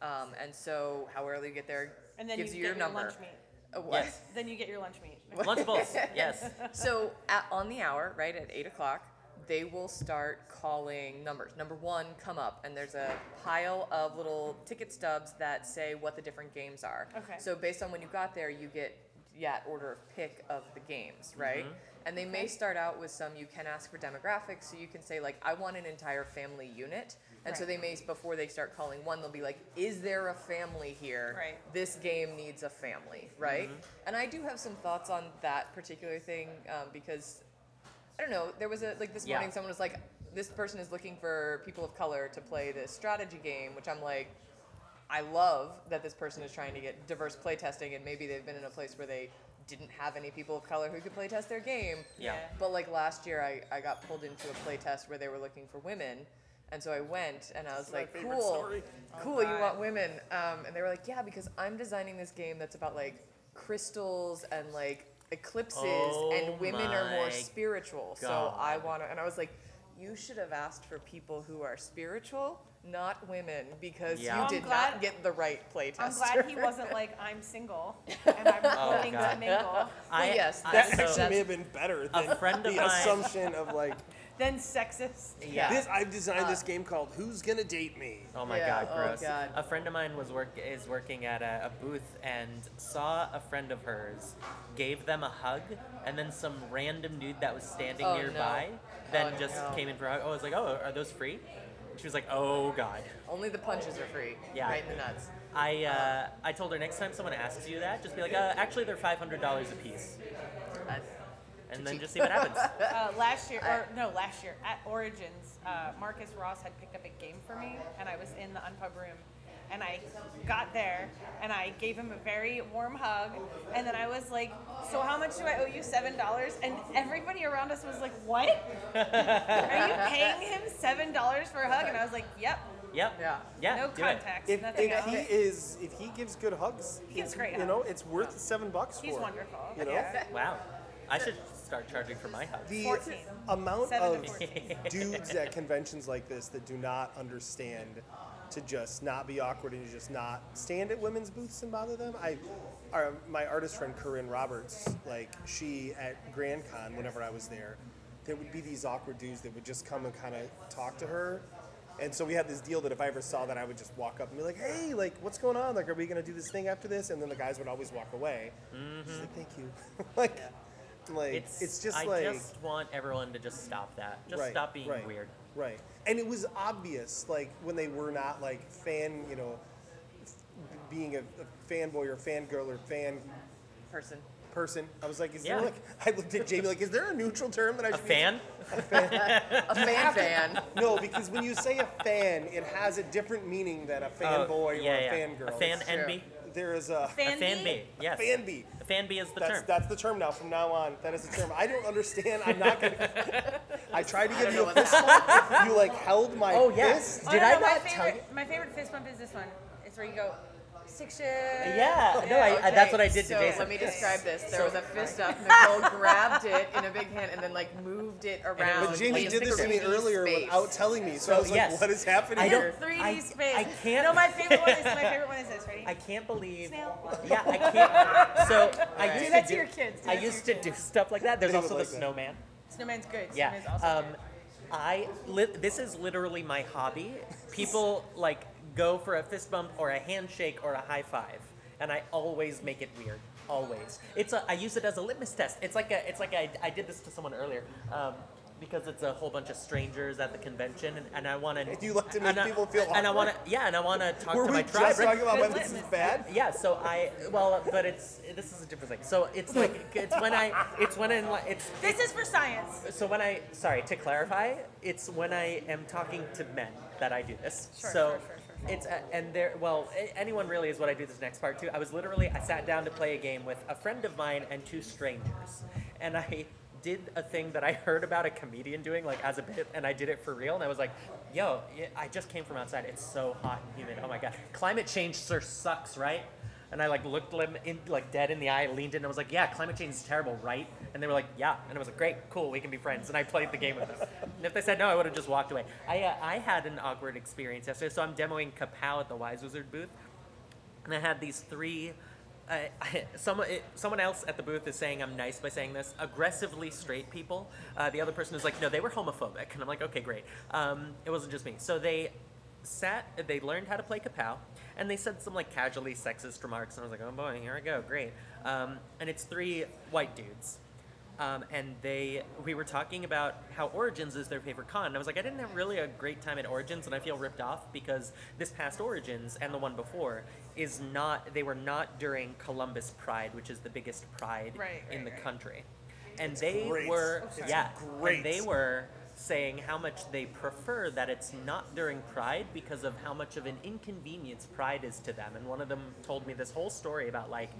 Um, and so how early you get there
And then
gives
you
you, your
get your
number.
lunch meat.
Uh, what?
Yes.
Then you get your lunch meat.
Lunchables, yes.
so at, on the hour, right at eight o'clock, they will start calling numbers. Number one, come up, and there's a pile of little ticket stubs that say what the different games are.
Okay.
So based on when you got there, you get yeah order of pick of the games, right? And they may start out with some. You can ask for demographics, so you can say like, I want an entire family unit. And so
Right.
they may before they start calling one, they'll be like, Is there a family here?
Right.
this game needs a family, right?
Mm-hmm.
And I do have some thoughts on that particular thing um, because I don't know. There was a like this
Yeah.
morning, someone was like, "This person is looking for people of color to play this strategy game," which I'm like, I love that this person is trying to get diverse playtesting, and maybe they've been in a place where they didn't have any people of color who could playtest their game.
Yeah.
But like last year, I, I got pulled into a playtest where they were looking for women. And so I went and I was like, cool, cool, you
God.
want women. Um, and they were like, yeah, because I'm designing this game that's about like crystals and like eclipses,
Oh
and women are
my
more spiritual. So I
God.
want to, and I was like, you should have asked for people who are spiritual, not women, because
Yeah.
you
I'm
did
glad-
not get the right playtest.
I'm glad he wasn't like I'm single and I'm willing to
Oh, God.
mingle.
I,
yes,
I-
that
so-
actually
so,
may have been better than
friend of
the
mine-
assumption of like
Then sexist.
Yeah.
this. I've designed this game called Who's Gonna Date Me?
Oh my
Yeah,
god,
oh
gross.
God.
A friend of mine was work is working at a, a booth and saw a friend of hers, gave them a hug, and then some random dude that was standing
Oh, no.
nearby then
Oh,
just
no.
came in for a hug. Oh, I was like, Oh, are those free? She was like, Oh god.
Only the punches are free.
Yeah.
Right in the nuts.
I
Uh-huh.
uh, I told her next time someone asks you that, just be like, uh, actually they're five hundred dollars a piece,
That's-
and then just see what happens.
Uh, last year, or no, last year at Origins, uh, Marcus Ross had picked up a game for me, and I was in the unpub room, and I got there, and I gave him a very warm hug, and then I was like, "So how much do I owe you? Seven dollars?" And everybody around us was like, "What? Are you paying him seven dollars for a hug?" And I was like, "Yep,
Yep.
Yeah.
Yeah.
no
do it.
contacts,
If,
nothing
if
else."
he is, if he gives good hugs,
He gives
it-
great
You
hugs.
know, it's worth seven bucks
He's
for. it,
wonderful.
You know,
Yeah.
Wow. I should start charging for my hug.
the
14.
amount
Seven
of
to 14.
dudes at conventions like this that do not understand to just not be awkward and to just not stand at women's booths and bother them. I, our, my artist friend Corinne Roberts, like she at Grand Con, whenever I was there, there would be these awkward dudes that would just come and kind of talk to her. And so we had this deal that if I ever saw that, I would just walk up and be like, "Hey, like, what's going on? Like, are we gonna do this thing after this?" And then the guys would always walk away. She's like, "Thank you." like, like
It's,
it's, just
I
like
just want everyone to just stop that. Just
Right,
stop being
right,
weird.
Right. And it was obvious, like when they were not like fan, you know, f- being a, a fanboy or fangirl or fan
person.
person. I was like, is
Yeah.
there like? I looked at Jamie like, is there a neutral term that I
A
should? be
fan?
A fan fan.
No, because when you say a fan, it has a different meaning than a fanboy or a fangirl.
Oh, A fan
It's-
envy.
There is a
A fan
bee?
bee. Yes.
fan bee.
A fan bee is the
That's
term.
that's the term now. From now on, that is the term. I don't understand. I'm not gonna. I tried to give you a fist bump. You like held my
Oh, yeah.
fist.
Oh,
Did
no,
I
no, my
not tell
favorite, My favorite fist bump is this one. It's where you go, six
yeah.
yeah,
No, I, I, that's
okay.
what I did
So
to Jason.
let me describe this. There was a fist up. Nicole grabbed it in a big hand and then like moved it around.
But Jamie
like,
did this to me
3D
earlier
space.
without telling me, so, I
So,
was like,
yes.
"What is happening
I
here?"
don't-
Three
I-
D space.
I can't-
No, my favorite one is my favorite one is this. Ready?
I can't believe.
Snail.
Yeah, I can't. So I used
Do
to
that
do,
to your kids. Do
I
that to
used to
your
do stuff like that. There's
They would
also
like
the
that.
snowman.
Snowman's good.
Yeah.
Snowman's also
Um,
good.
I li- this is literally my hobby. People like go for a fist bump or a handshake or a high five, and I always make it weird. Always. It's a, I use it as a litmus test. It's like a, it's like I, I did this to someone earlier. Um, because it's a whole bunch of strangers at the convention, and, and I want to.
You like to make people feel
And I
awkward.
want to, yeah, and I want to talk
Were
to
we
my
just
tribe. right?
talking about why
Good
this is
litmus.
bad?
Yeah, so I well, but it's this is a different thing. So it's like it's when I it's when I like it's
This is for science.
so when I sorry to clarify, it's when I am talking to men that I do this.
Sure,
so
sure, sure, sure.
it's a, and there well a- anyone really is what I do this next part too. I was literally I sat down to play a game with a friend of mine and two strangers, and I did a thing that I heard about a comedian doing like as a bit, and I did it for real, and I was like, yo, y- I just came from outside. It's so hot and humid. Oh my god, climate change, sir, sucks, right? And I like looked them in like dead in the eye, leaned in, and was like, "Yeah, climate change is terrible, right?" And they were like, "Yeah," and I was like, "Great, cool, we can be friends." And I played the game with them. And if they said no, I would have just walked away. I uh, I had an awkward experience yesterday, so I'm demoing Kapow at the Wise Wizard booth, and I had these three. Uh, someone, it, someone else at the booth is saying I'm nice by saying this. Aggressively straight people. Uh, the other person is like, no, they were homophobic, and I'm like, okay, great. Um, it wasn't just me. So they sat. They learned how to play kapow, and they said some like casually sexist remarks, and I was like, oh boy, here I go, great. Um, and it's three white dudes. Um, and they, we were talking about how Origins is their favorite con. And I was like, I didn't have really a great time at Origins, and I feel ripped off because this past Origins and the one before is not. They were not during Columbus Pride, which is the biggest pride
Right,
in
right,
the
right.
country. And they
great.
were,
It's
yeah,
great.
And they were saying how much they prefer that it's not during Pride because of how much of an inconvenience Pride is to them. And one of them told me this whole story about like,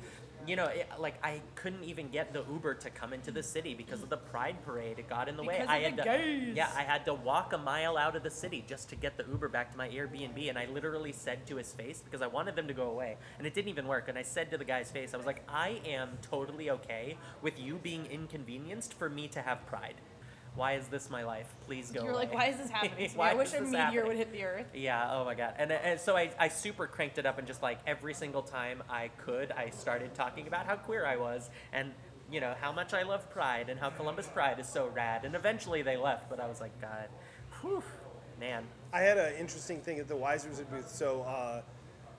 you know, it, like I couldn't even get the Uber to come into the city because of the Pride parade. It got in the way.
Because
I had
of the
to,
gays.
yeah, I had to walk a mile out of the city just to get the Uber back to my Airbnb. And I literally said to his face because I wanted them to go away, and it didn't even work. And I said to the guy's face, I was like, I am totally okay with you being inconvenienced for me to have Pride. Why is this my life? Please go
You're
away.
like, why is this happening? to me?
Why
I wish
is
a
this
meteor
happening?
would hit the earth.
Yeah, oh my god. And, and so I, I super cranked it up and just like every single time I could, I started talking about how queer I was and, you know, how much I love Pride and how Columbus Pride is so rad. And eventually they left, but I was like, God, whew, man.
I had an interesting thing at the Wiser's booth. So, uh,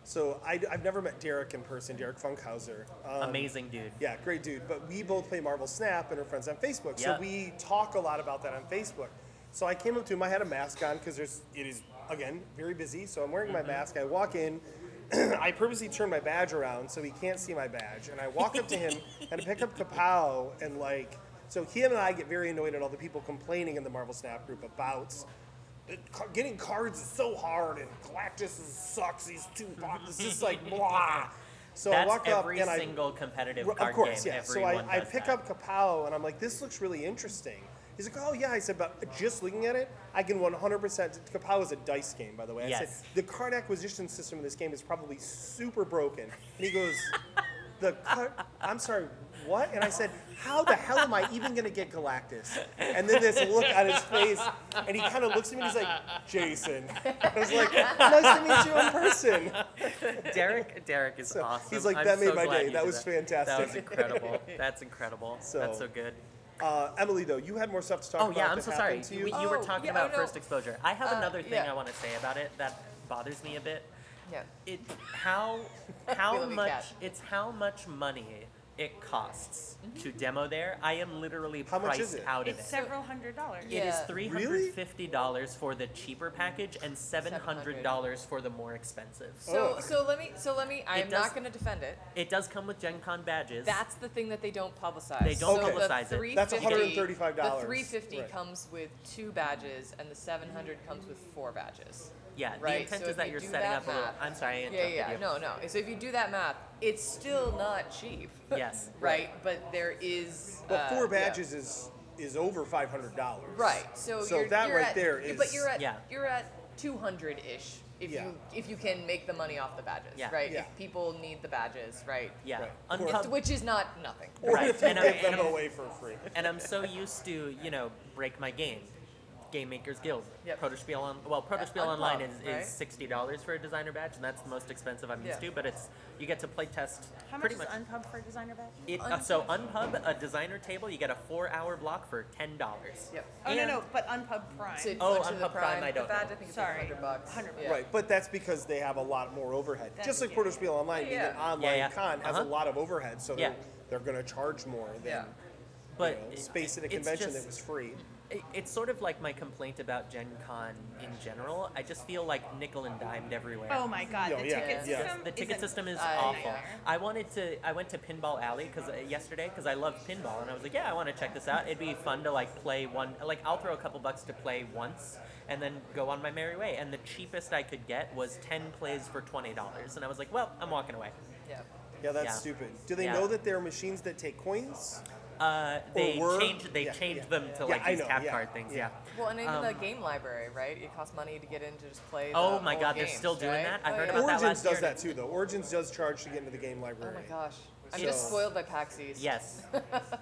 so I, have never met Derek in person, Derek Funkhauser. Um,
Amazing dude.
Yeah, great dude. But we both play Marvel Snap and are friends on Facebook.
Yeah.
So we talk a lot about that on Facebook. So I came up to him. I had a mask on because there's it is again very busy. So I'm
Mm-hmm.
wearing my mask. I walk in. I purposely turn my badge around so he can't see my badge. And I walk up to him and I pick up Kapow and like so him and I get very annoyed at all the people complaining in the Marvel Snap group about uh, ca- getting cards is so hard and Galactus is, sucks. He's too box. It's just like blah. So I
That's
walk up
every
and I
single competitive
Ru-
card
of course,
game.
yeah. So
Everyone
I, I
does
pick
that.
up Kapow and I'm like, this looks really interesting. He's like, oh yeah. I said, but just looking at it, I can 100%. Kapow is a dice game, by the way. I
Yes.
said, the card acquisition system in this game is probably super broken. And he goes, the cut. I'm sorry, what? And I said, how the hell am I even going to get Galactus? And then this look on his face, and he kind of looks at me and he's like, Jason. I was like, nice to meet you in person.
Derek, Derek is
So,
awesome.
he's like,
I'm
"That made
so
my
glad
day.
you
That
did
was
That was
fantastic."
incredible. That's incredible. That's
So-
so good.
Uh, Emily, though, you had more stuff to talk
Oh
about.
yeah, I'm
that
so sorry.
happened to
You,
you.
you were
Oh,
talking
yeah, I
about
know.
first exposure. I have
Uh,
another thing
yeah.
I want to say about it that bothers me a bit.
Yeah.
It how how
love you,
much
Kat.
it's how much money it costs
Mm-hmm.
to demo there. I am literally
How much
priced
is it?
out of
It's
it.
several hundred dollars.
It is
Yeah.
three
Really?
hundred fifty dollars for the cheaper package and seven hundred dollars for the more expensive.
So
Ugh.
so let me so let me. I
It
am
does-
not going to defend it.
It does come with Gen Con badges.
That's the thing that they don't publicize.
They don't
so the
publicize it.
That's
350
$135.
The three fifty
Right.
comes with two badges, and the seven hundred comes with four badges.
yeah.
right,
The intent
so
is
if
that
you
you're
do
setting
that
up a little.
math-
I'm sorry. I
Yeah,
interrupted
yeah,
you.
no, no. So if you do that math, it's still not cheap.
Yes.
right, but there is.
Well,
uh,
four
yeah.
badges is is over five hundred dollars.
Right. So,
so
you're,
that
you're
right
at,
there is.
But you're at
Yeah.
you're at two hundred ish if
Yeah.
you if you can make the money off the badges,
Yeah.
right?
Yeah.
If people need the badges, right?
Yeah.
Right.
Uncom-
It's- which is not nothing.
or
Right,
if you
and I'm-
give them
and I'm-
away for free.
and I'm so used to, you know, break my game. Game Makers Guild.
Yep.
Protospiel on well, Protospiel online
Unplugged,
is, is
right?
sixty dollars for a designer badge, and that's the most expensive I'm used
Yeah.
to. But it's you get to play test
How much
pretty
is
much.
unpub for a designer badge?
it, uh, so unpub a designer table, you get a four-hour block for ten dollars.
Yep.
Oh no
And-
no, but unpub prime.
To-
Oh,
to the
Unpub Prime, I
the
don't
badge,
know.
I think it's
Sorry.
like 100 bucks.
100
Yeah.
Right, but that's because they have a lot more overhead.
That-
Just like
yeah.
Porterspiel Online, being an
Yeah.
online
Yeah, yeah.
con, has a
Uh-huh.
lot of overhead, so
Yeah.
they're, they're going to charge more than
Yeah.
But
you know,
it-
space at a
it's
convention
just-
that was free.
It- It's sort of like my complaint about Gen Con in general. I just feel like nickel and dimed everywhere.
Oh my god,
Yeah,
the
yeah,
ticket
yeah.
system.
The ticket
isn't-
system is
I-
awful.
yeah.
I wanted to. I went to Pinball Alley because uh, yesterday because I love pinball and I was like, yeah, I want to check this out. It'd be fun to like play one. Like I'll throw a couple bucks to play once and then go on my merry way. And the cheapest I could get was ten plays for twenty dollars, and I was like, well, I'm walking away.
Yep.
Yeah, that's
Yeah.
stupid. Do they
Yeah.
know that there are machines that take coins?
Uh, they
were-
changed. They
yeah,
changed
yeah.
them
Yeah,
to like
I
these
know,
tap
yeah,
card things.
yeah.
Yeah.
Well, and even
Um,
the game library, right? It costs money to get in to just play.
Oh
the
my
old
God, they're
games,
still doing
right?
that? I
Oh,
heard
yeah.
about that
Origins
last
does
year.
that too, though. Origins does charge to get into the game
Oh
library.
my gosh, I'm
So-
just spoiled by Paxies.
Yes.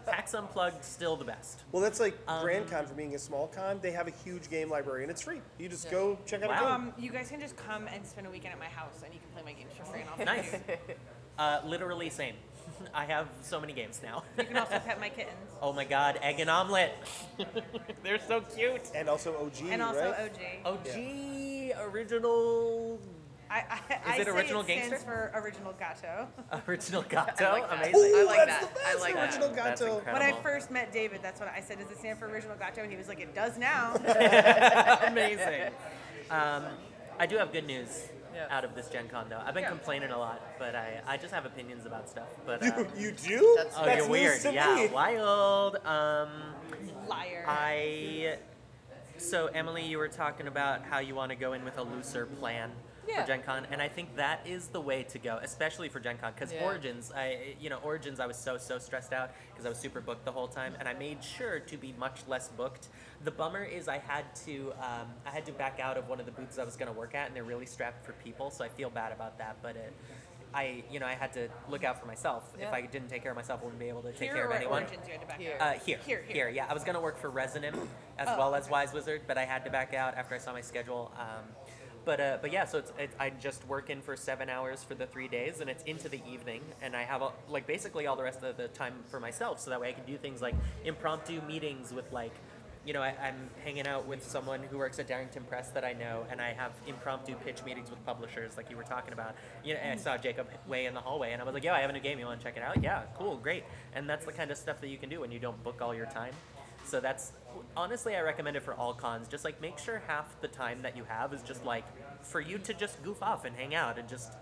Pax Unplugged still the best.
Well, that's like
Um,
Grand Con for being a small con. They have a huge game library and it's free. You just
Yeah.
go check out
Wow.
a game.
Um, you guys can just come and spend a weekend at my house, and you can play my games for free, and I'll pet
Nice.
you.
Uh, literally same. I have so many games now.
You can also pet my kittens,
Oh my god, egg and omelet. They're so cute.
And also OG,
and also
right?
OG.
OG Oh, original
I, I, I
it
say
original
it stands
gangster?
for original gato.
original gato.
I like that.
Amazing.
I
Ooh,
like
that's
that.
the
I
best,
like
the
that.
original
That's
Gato.
incredible.
When I
Animal.
first met David, that's what I said. Does it stand for original gato? And he was like, It does now.
Amazing. Um, I do have good news
Yeah.
out of this Gen Con though. I've been
Yeah.
complaining a lot, but I, I just have opinions about stuff. But uh,
You, you do?
That's-
oh, you're
that's news
weird.
to
Yeah,
me.
wild. Um,
Liar.
I. So Emily, you were talking about how you want to go in with a looser plan
Yeah.
for Gen Con, and I think that is the way to go, especially for Gen Con, because
Yeah.
Origins, I you know Origins, I was so so stressed out because I was super booked the whole time, and I made sure to be much less booked. The bummer is I had to um, I had to back out of one of the booths I was going to work at, and they're really strapped for people, so I feel bad about that, but it. I, you know, I had to look out for myself.
Yeah.
If I didn't take care of myself, I wouldn't be able to take
Here
care of
or at
anyone.
Origins, you had to back
Here.
out.
Uh, here,
Here,
here, Oh.
here.
yeah. I was gonna work for Resonim as well as Wise Wizard, but I had to back out after I saw my schedule. Um, but uh, but yeah, so it's it, I just work in for seven hours for the three days, and it's into the evening, and I have all, like basically all the rest of the time for myself, so that way I can do things like impromptu meetings with like. You know, I, I'm hanging out with someone who works at Darrington Press that I know, and I have impromptu pitch meetings with publishers, like you were talking about. You know, and I saw Jacob way in the hallway, and I was like, "Yo, I have a new game. You want to check it out? Yeah, cool, great." And that's the kind of stuff that you can do when you don't book all your time. So that's honestly, I recommend it for all cons. Just like make sure half the time that you have is just like for you to just goof off and hang out and just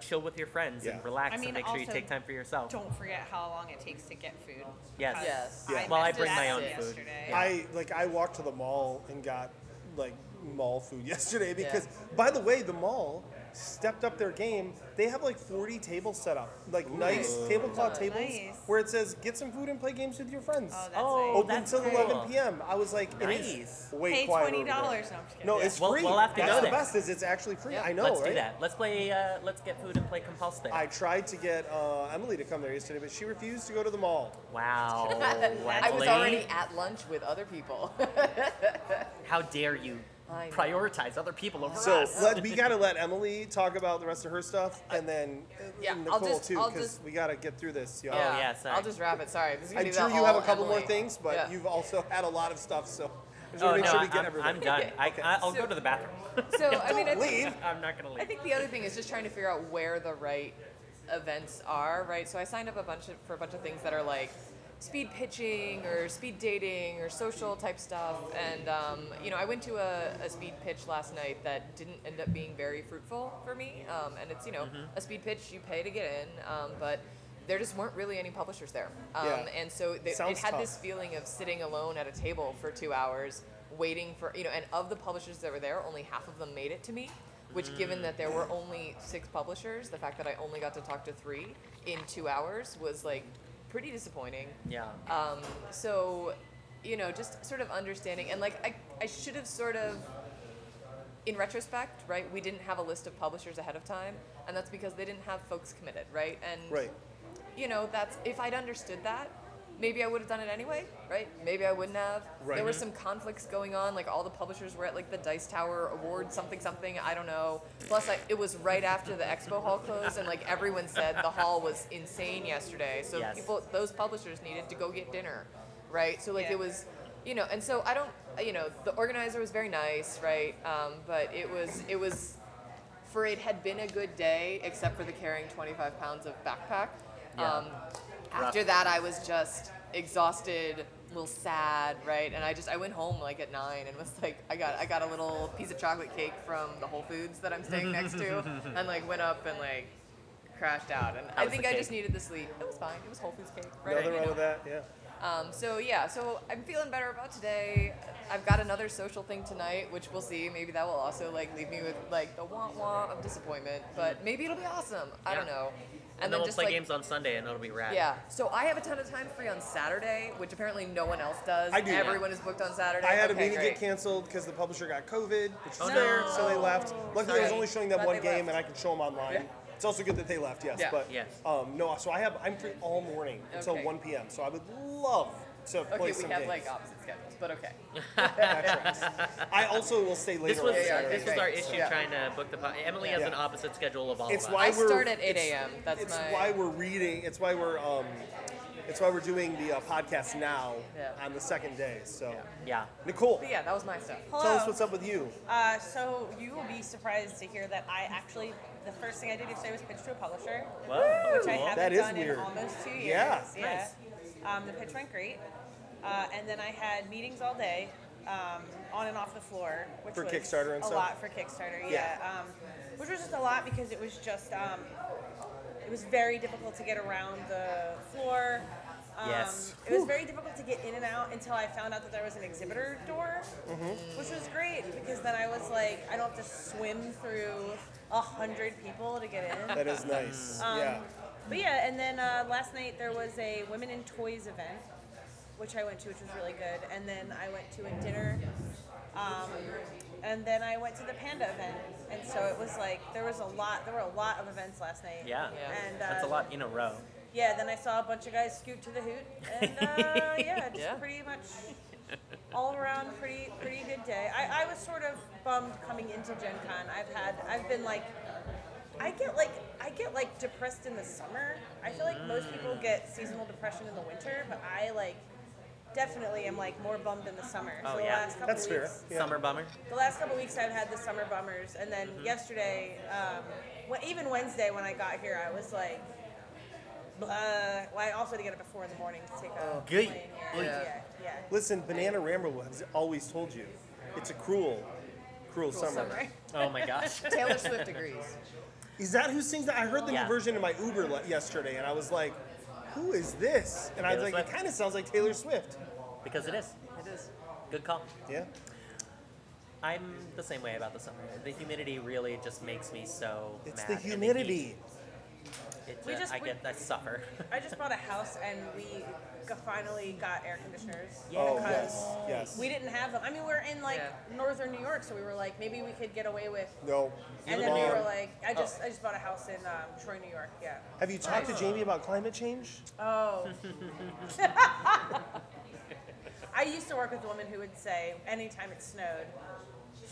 chill with your friends
Yeah.
and relax
I mean,
and make sure you
also,
take time for yourself.
Don't forget how long it takes to get food.
Yes.
because
Yes.
Yeah.
Well, I
messed
bring
that
my
up
own food.
yesterday.
Yeah.
I like I walked to the mall and got like mall food yesterday because by the way the mall stepped up their game. They have like 40 tables set up, like nice tablecloth tables
Nice.
where it says get some food and play games with your friends.
Oh, that's
Oh,
nice.
Open
that's
till
cool.
11 p.m. I was like, it is
Nice.
way
Pay
quieter over
twenty
there.
dollars. No, I'm just kidding.
No, it's
We'll-
free.
we'll have to
That's
go
the
there.
best is it's actually free. I know,
Let's
right?
do that. Let's play. Uh, let's get food and play Compulse there.
I tried to get uh, Emily to come there yesterday, but she refused to go to the mall.
Wow.
I was
Wesley.
already at lunch with other people.
Oh, How dare you
I know.
prioritize other people over
So
us?
let, we gotta let Emily talk about the rest of her stuff, and then uh,
Yeah, I'll
Nicole
just-
too,
I'll
because
just-
we gotta get through this. Y'all.
Yeah. sorry.
I'll just wrap it. Sorry, this is gonna
I'm
be
sure
the
you have
all
a couple
Emily.
more things, but
Yeah.
you've also had a lot of stuff, so I just
Oh
wanna make
no,
sure we get
I'm,
everything.
I'm done. I,
Okay.
I, I'll go to the bathroom.
So I mean, I
Don't
think,
leave.
I'm not gonna
I
leave.
think the other thing is just trying to figure out where the right events are, right? So I signed up a bunch of, for a bunch of things that are like speed pitching or speed dating or social type stuff, and um, you know I went to a, a speed pitch last night that didn't end up being very fruitful for me, um, and it's you know a speed pitch you pay to get in, um, but. There just weren't really any publishers there, um,
Yeah.
and so they, it
Sounds
had
tough.
this feeling of sitting alone at a table for two hours waiting for you know and of the publishers that were there only half of them made it to me which given that there were only six publishers the fact that i only got to talk to three in two hours was like pretty disappointing
Yeah.
um, so you know just sort of understanding and like i, I should have sort of in retrospect right we didn't have a list of publishers ahead of time and that's because they didn't have folks committed right and
Right.
you know, that's if I'd understood that, maybe I would have done it anyway, right? Maybe I wouldn't have.
Right.
There were some conflicts going on, like all the publishers were at like the Dice Tower Award something something, I don't know. Plus I, it was right after the expo hall closed and like everyone said the hall was insane yesterday. So
Yes.
people those publishers needed to go get dinner, right? So like
Yeah.
it was you know, and so I don't you know, the organizer was very nice, right? Um, but it was it was for it had been a good day, except for the carrying 25 pounds of backpack.
Yeah.
Um, after that, I was just exhausted, a little sad, right? And I just I went home like at nine and was like, I got I got a little piece of chocolate cake from the Whole Foods that I'm staying next to, and like went up and like crashed out. And I
was the
think I just
cake?
needed the sleep. It was fine. It was Whole Foods cake, right?
Nothing
You
wrong
know.
with that. Yeah.
Um, so yeah, so I'm feeling better about today. I've got another social thing tonight, which we'll see. Maybe that will also like leave me with like the wah wah of disappointment, but maybe it'll be awesome. I don't
Yeah.
know.
and, then, we'll play games on Sunday, and it'll be rad.
yeah. So I have a ton of time free on Saturday, which apparently no one else does.
I do.
Everyone is booked on Saturday.
I had a
okay,
meeting
great.
get canceled because the publisher got COVID, which was
Oh, no.
fair, so they left. Luckily, I was
Sorry.
only showing them
Glad
one
they
game,
left.
and I can show them online.
Yeah.
It's also good that they left, yes.
Yeah.
But
Yes.
um, no, so I have I'm free all morning until
Okay.
1 p.m. So I would love to play
Okay,
some
we have
games.
like opposite schedules, but okay.
I also will stay later.
This was
on
yeah,
Saturday.
this was our
right.
issue
Yeah.
trying to book the. Po- Emily has
Yeah.
an opposite schedule of all
It's
of us.
why
I
we're
start at 8
it's-
a.m. That's
it's
my-
why we're reading. It's why we're um, it's why we're doing the uh, podcast now
Yeah.
on the second day. So
Yeah.
Nicole,
But yeah, that was my stuff.
Hello.
tell us what's up with you.
Uh, so you will be surprised to hear that I actually the first thing I did yesterday was pitch to a publisher,
Whoa.
which I
cool.
haven't
Oh, That is
done
weird.
in almost two years.
Yeah.
yeah. Um, the pitch went great, uh, and then I had meetings all day, um, on and off the floor, which
For
was
Kickstarter and
a
stuff?
lot for Kickstarter.
Yeah.
Yeah, um, which was just a lot because it was just um, it was very difficult to get around the floor. Um,
Yes.
It was very difficult to get in and out until I found out that there was an exhibitor door,
Mm-hmm.
which was great because then I was like, I don't have to swim through a hundred people to get in.
That is nice.
Um,
yeah.
But yeah, and then uh, last night there was a Women in Toys event, which I went to, which was really good. And then I went to a dinner. Um, and then I went to the Panda event. And so it was like, there was a lot, there were a lot of events last night.
Yeah.
Yeah.
And, uh,
That's a lot in a row.
Yeah, then I saw a bunch of guys scoot to the hoot. And uh, yeah, just
Yeah.
pretty much all around pretty pretty good day. I, I was sort of bummed coming into Gen Con. I've had I've been like I get like I get like depressed in the summer. I feel like most people get seasonal depression in the winter, but I like definitely am like more bummed in the summer.
Oh,
so the
yeah.
last couple
That's fair.
weeks
Yeah.
Summer bummer.
the last couple weeks I've had the summer bummers, and then yesterday, um, wh- even Wednesday when I got here, I was like, blah. Well, I also had to get up at four in the morning to take
Oh,
a
Gee.
plane
Oy.
here. Yeah, yeah.
Listen, Banana Rambo has always told you, it's a cruel, cruel, summer.
summer.
Oh my gosh.
Taylor Swift agrees.
Is that who sings that? I heard the
Yeah.
new version in my Uber le- yesterday, and I was like, who is this? And I was
Taylor
like, it
Swift.
kind of sounds like Taylor Swift.
because it is.
It is.
Good call.
Yeah.
I'm the same way about the summer. The humidity really just makes me so
It's
mad.
the
and heat.
humidity.
It's
We
a-
just-
I
we-
get I suffer.
I just bought a house and we g- finally got air conditioners.
Oh
because
yes, yes.
We didn't have them. I mean, we're in like
Yeah.
northern New York, so we were like, maybe we could get away with.
no. Um,
And then we were
Gone.
like, I just, I just bought a house in um, Troy, New York. Yeah.
Have you talked to Jamie about climate change?
Oh. I used to work with a woman who would say, anytime it snowed,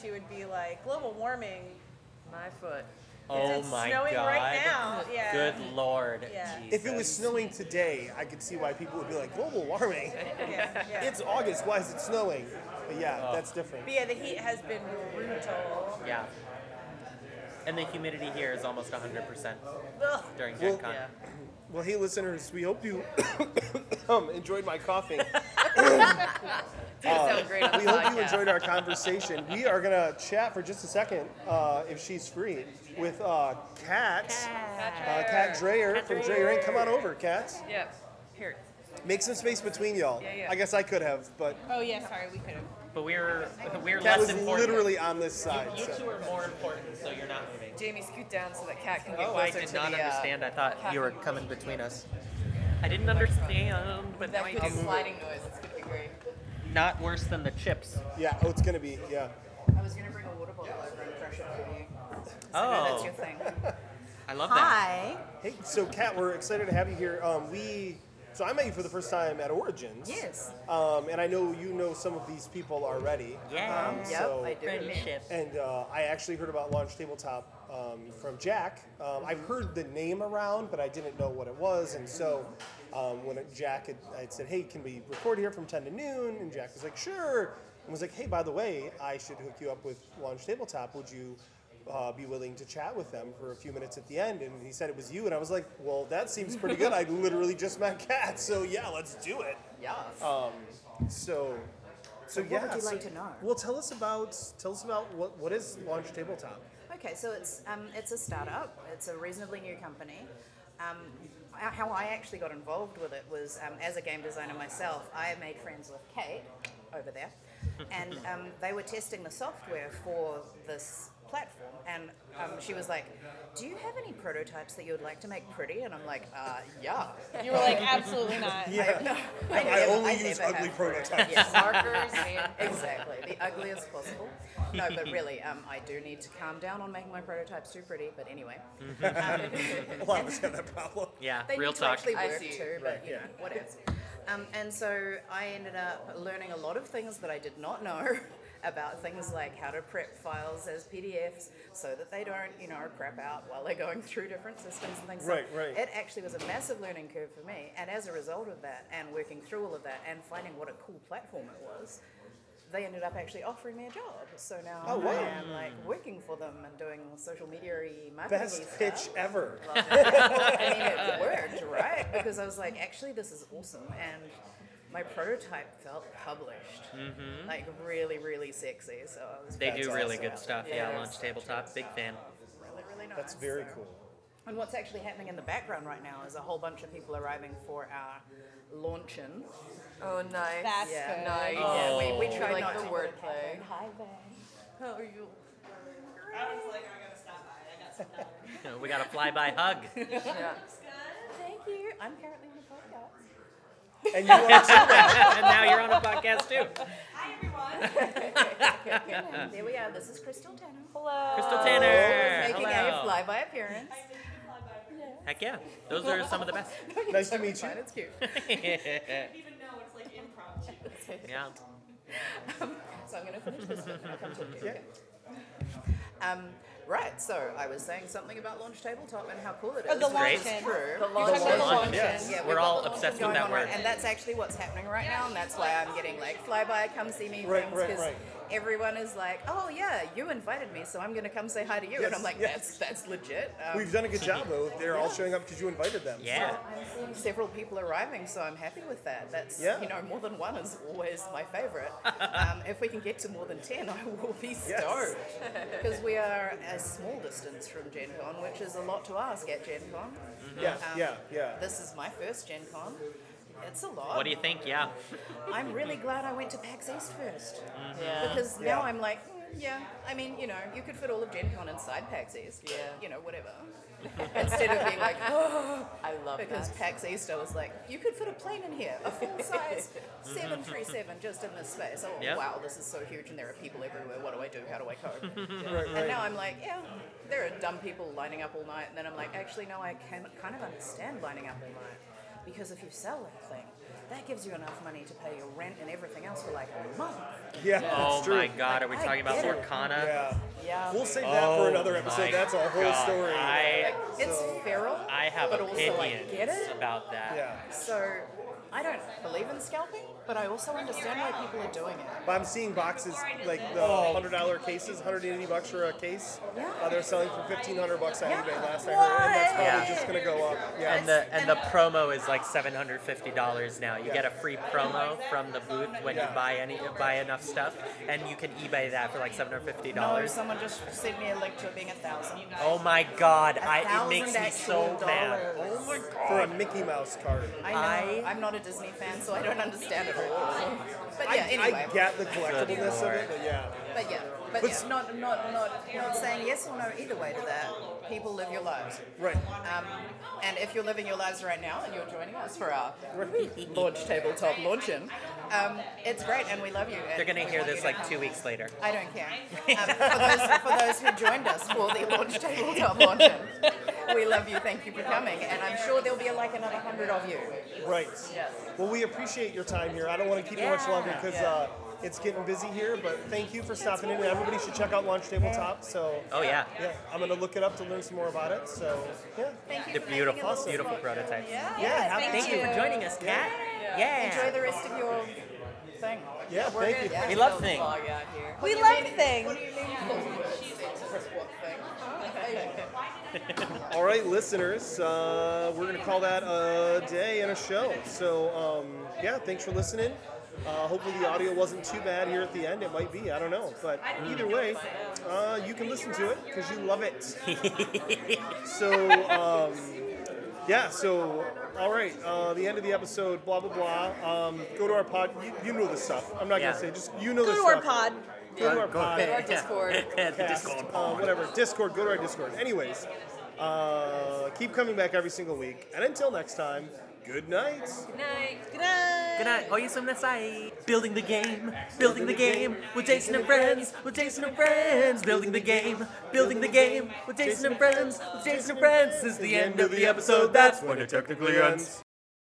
she would be like, global warming.
My foot.
oh
it's
my
snowing
god.
right now. Yeah.
Good lord.
Yeah.
Jesus.
If it was snowing today, I could see why people would be like, global warming.
Yeah. yeah.
It's August. Why is it snowing? But
Oh.
yeah, that's different.
but yeah, the heat has been brutal.
Yeah. And the humidity here is almost 100%
Ugh.
during
Well-
Gen Con.
Yeah.
Uh, Well, hey, listeners, we hope you um, enjoyed my coughing.
It sounded great on the
Uh, We hope you
podcast.
enjoyed our conversation. We are going to chat for just a second, uh, if she's free, with uh, Kat, uh, Kat Dreyer from Dreyer Inc. Come on over, Kat.
Yeah. Here.
Make some space between y'all.
Yeah, yeah.
I guess I could have, but
Oh yeah, sorry, we could have.
But we're we're less
Kat was
important.
literally on this side.
you
so.
two are more important, so you're not moving.
Jamie, scoot down so that cat can get
Oh, I
closer
did
to
not
the, uh,
understand. I thought you were
caffeine.
coming between us. I didn't understand, but now
That
I
good
do.
sliding noise. It's gonna be great.
Not worse than the chips.
Yeah, oh, it's going to be, yeah.
I was gonna bring a water bottle over and crush it for you.
Oh,
That's your thing.
I love that.
Hi.
Hey, so Kat, we're excited to have you here. Um, we, so I met you for the first time at Origins.
Yes.
Um, and I know you know some of these people already.
Yeah.
Um,
Yep,
so-
I do.
Friendship.
And uh, I actually heard about Launch Tabletop um, from Jack. Um, I've heard the name around, but I didn't know what it was. And so um, when it- Jack had I said, hey, can we record here from 10 to noon? And Jack was like, sure. And was like, hey, by the way, I should hook you up with Launch Tabletop. Would you uh, be willing to chat with them for a few minutes at the end? And he said it was you. And I was like, well, that seems pretty good. I literally just met Kat. So yeah, let's do it.
Yes.
Oh. So, so,
what
yeah.
would you
so-
like to know?
Well, tell us about tell us about what what is Launch Tabletop.
Okay, so it's um, it's a startup. It's a reasonably new company. Um, h- how I actually got involved with it was um, as a game designer myself. I made friends with Kate over there, and um, they were testing the software for this platform. And um, she was like, "Do you have any prototypes that you would like to make pretty?" And I'm like, uh, "Yeah."
You were like, absolutely not.
Yeah,
I, never-
only use
never
ugly
have
prototypes.
Yes, markers, exactly. The ugliest possible. No, but really, um, I do need to calm down on making my prototypes too pretty. But anyway,
a lot of us have that problem.
Yeah,
they
real
need
talk.
to actually
I
work
see.
too. But you know, what else? Um, and so I ended up learning a lot of things that I did not know about things like how to prep files as PDFs so that they don't, you know, crap out while they're going through different systems and things. So
Right, right.
It actually was a massive learning curve for me, and as a result of that, and working through all of that, and finding what a cool platform it was. They ended up actually offering me a job, so now
Oh, wow.
I am like working for them and doing social media marketing
Best
stuff.
pitch ever.
Love it. I mean, it worked, right? Because I was like, actually, this is awesome. And my prototype felt published. Like, really, really sexy. So I was
They
really,
do really
awesome.
good stuff. Yeah,
Yeah.
Launch Tabletop, big fan.
really nice.
That's very
So-
cool.
And what's actually happening in the background right now is a whole bunch of people arriving for our launch-in.
Oh, nice.
That's
Yeah.
good.
nice.
Yeah, we, we
Oh.
tried
like
not
the
to-
wordplay.
Hi, Van.
How are you?
We got a flyby hug.
Yeah.
Thank you. I'm currently in the podcast.
And you are too.
and now you're on a podcast too.
And there we are. This is Crystal Tanner.
Crystal Tanner.
Oh. Making
Hello.
a fly-by appearance.
Heck yeah. Those are some of the best.
Nice to meet you.
It's cute.
Yeah.
So I'm going to finish this bit and I'll come talk to you. Okay. Um, right, so I was saying something about Launch Tabletop and how cool it is.
Oh, the
Great.
launch-in.
True.
The launch.
launch-in,
The launch.
yes.
Yeah, we've
We're
got
all
the launch
obsessed with
going
that
on right-
word.
And that's actually what's happening right now, and that's why I'm getting like fly by, come see me
Right,
things
right,
because
right.
everyone is like, oh yeah, you invited me, so I'm going to come say hi to you,
Yes,
and I'm like,
yes.
that's that's legit. Um,
We've done a good job though. They're all showing up because you invited them.
Yeah.
I'm seeing Um, several people arriving, so I'm happy with that. That's
Yeah.
you know more than one is always my favourite. um, if we can get to more than ten, I will be
Yes.
stoked because we are a small distance from Gen Con, which is a lot to ask at Gen Con.
Yeah,
Um,
yeah, yeah.
This is my first Gen Con. It's a lot.
What do you think? Yeah.
I'm really glad I went to PAX East first
Yeah.
because
Yeah.
now I'm like. "Mm, Yeah, I mean, you know, you could fit all of Gen Con inside PAX East. but,
Yeah.
You know, whatever. Instead of being like, oh,
I love
because
that.
PAX East, I was like, you could fit a plane in here, a full size
Mm-hmm.
737 just in this space. Oh,
Yeah.
wow, this is so huge and there are people everywhere. What do I do? How do I cope?
Right,
And now
right.
I'm like, yeah, there are dumb people lining up all night. And then I'm like, actually, no, I can kind of understand lining up all night. Because if you sell that thing, that gives you enough money to pay your rent and everything else for like a month.
Yeah,
oh
that's true.
my god, are we
Like, I
talking about
get
Lord
it.
Kana?
Yeah.
Yeah.
We'll save that for
Oh
another episode.
my
That's a whole
God,
story.
Like,
I,
it's
So-
feral.
I have
but
opinions
also I get it.
about that.
yeah.
So I don't believe in scalping, but I also understand why people are doing it.
But I'm seeing boxes like the hundred dollar cases, hundred eighty bucks for a case.
Yeah.
Uh, they're selling for fifteen hundred bucks on
Yeah.
eBay last I heard, and that's probably
What?
just gonna go up. Yeah.
And the and the promo is like seven hundred fifty dollars now. You
Yeah.
get a free promo from the booth when
Yeah.
you buy any buy enough stuff, and you can eBay that for like seven hundred fifty
No,
dollars.
someone just sent me a link to it being a thousand.
oh my god,
A
I, it
thousand
makes me so
actual
mad.
Oh
dollars.
for a Mickey Mouse card.
I know.
I-
I, am not a Disney fan, so I don't understand it all. But yeah, anyway.
I get the collectibleness of
lord.
it, but yeah.
But yeah, but it's not not not not saying yes or no either way to that. People live your lives,
Right.
um, and if you're living your lives right now and you're joining us for our launch tabletop luncheon, um, it's great, and we love you. and
They're gonna
we
hear
want you
this
to
like
come.
two weeks later.
I don't care. Um, for, those, for those who joined us for the launch tabletop luncheon, we love you. Thank you for coming, and I'm sure there'll be like another hundred of you.
Right.
Yes.
Well, we appreciate your time here. I don't want to keep you much
Yeah.
longer because uh, it's getting busy here. But thank you for stopping in. and Everybody should check out Launch Tabletop. So
Oh yeah,
yeah, I'm gonna look it up to learn some more about it. So yeah.
Thank you.
the
for making a
beautiful,
little
beautiful
spot.
prototypes.
Yeah.
Thank
happy
you for joining us, Kat. Yeah.
Enjoy the rest of your thing.
Yeah.
We're
Thank you.
gonna
We love
those
things.
vlog out here.
We love things.
All right, listeners, uh, we're going to call that a day and a show. So, um, yeah, thanks for listening. Uh, hopefully, the audio wasn't too bad here at the end. It might be, I don't know. But either way, uh, you can listen to it because you love it. so, um, yeah, so, all right, uh, the end of the episode, blah, blah, blah. Um, go to our pod. You, you know this stuff. I'm not
Yeah.
going to say, just you know
Go
this
to our
stuff.
pod.
Go to our
Go
pod
to
Our Discord.
Yeah, the
cast,
Discord.
uh, whatever. Discord, go to our Discord. Anyways, uh, keep coming back every single week. And until next time, good night.
Good night. Good night.
Good night. Oh, you some nasai. Building the game, building the game with Jason and friends, with Jason and friends. Building the game, building the game with Jason and friends, with Jason and friends. This is the end of the episode. That's when it technically ends.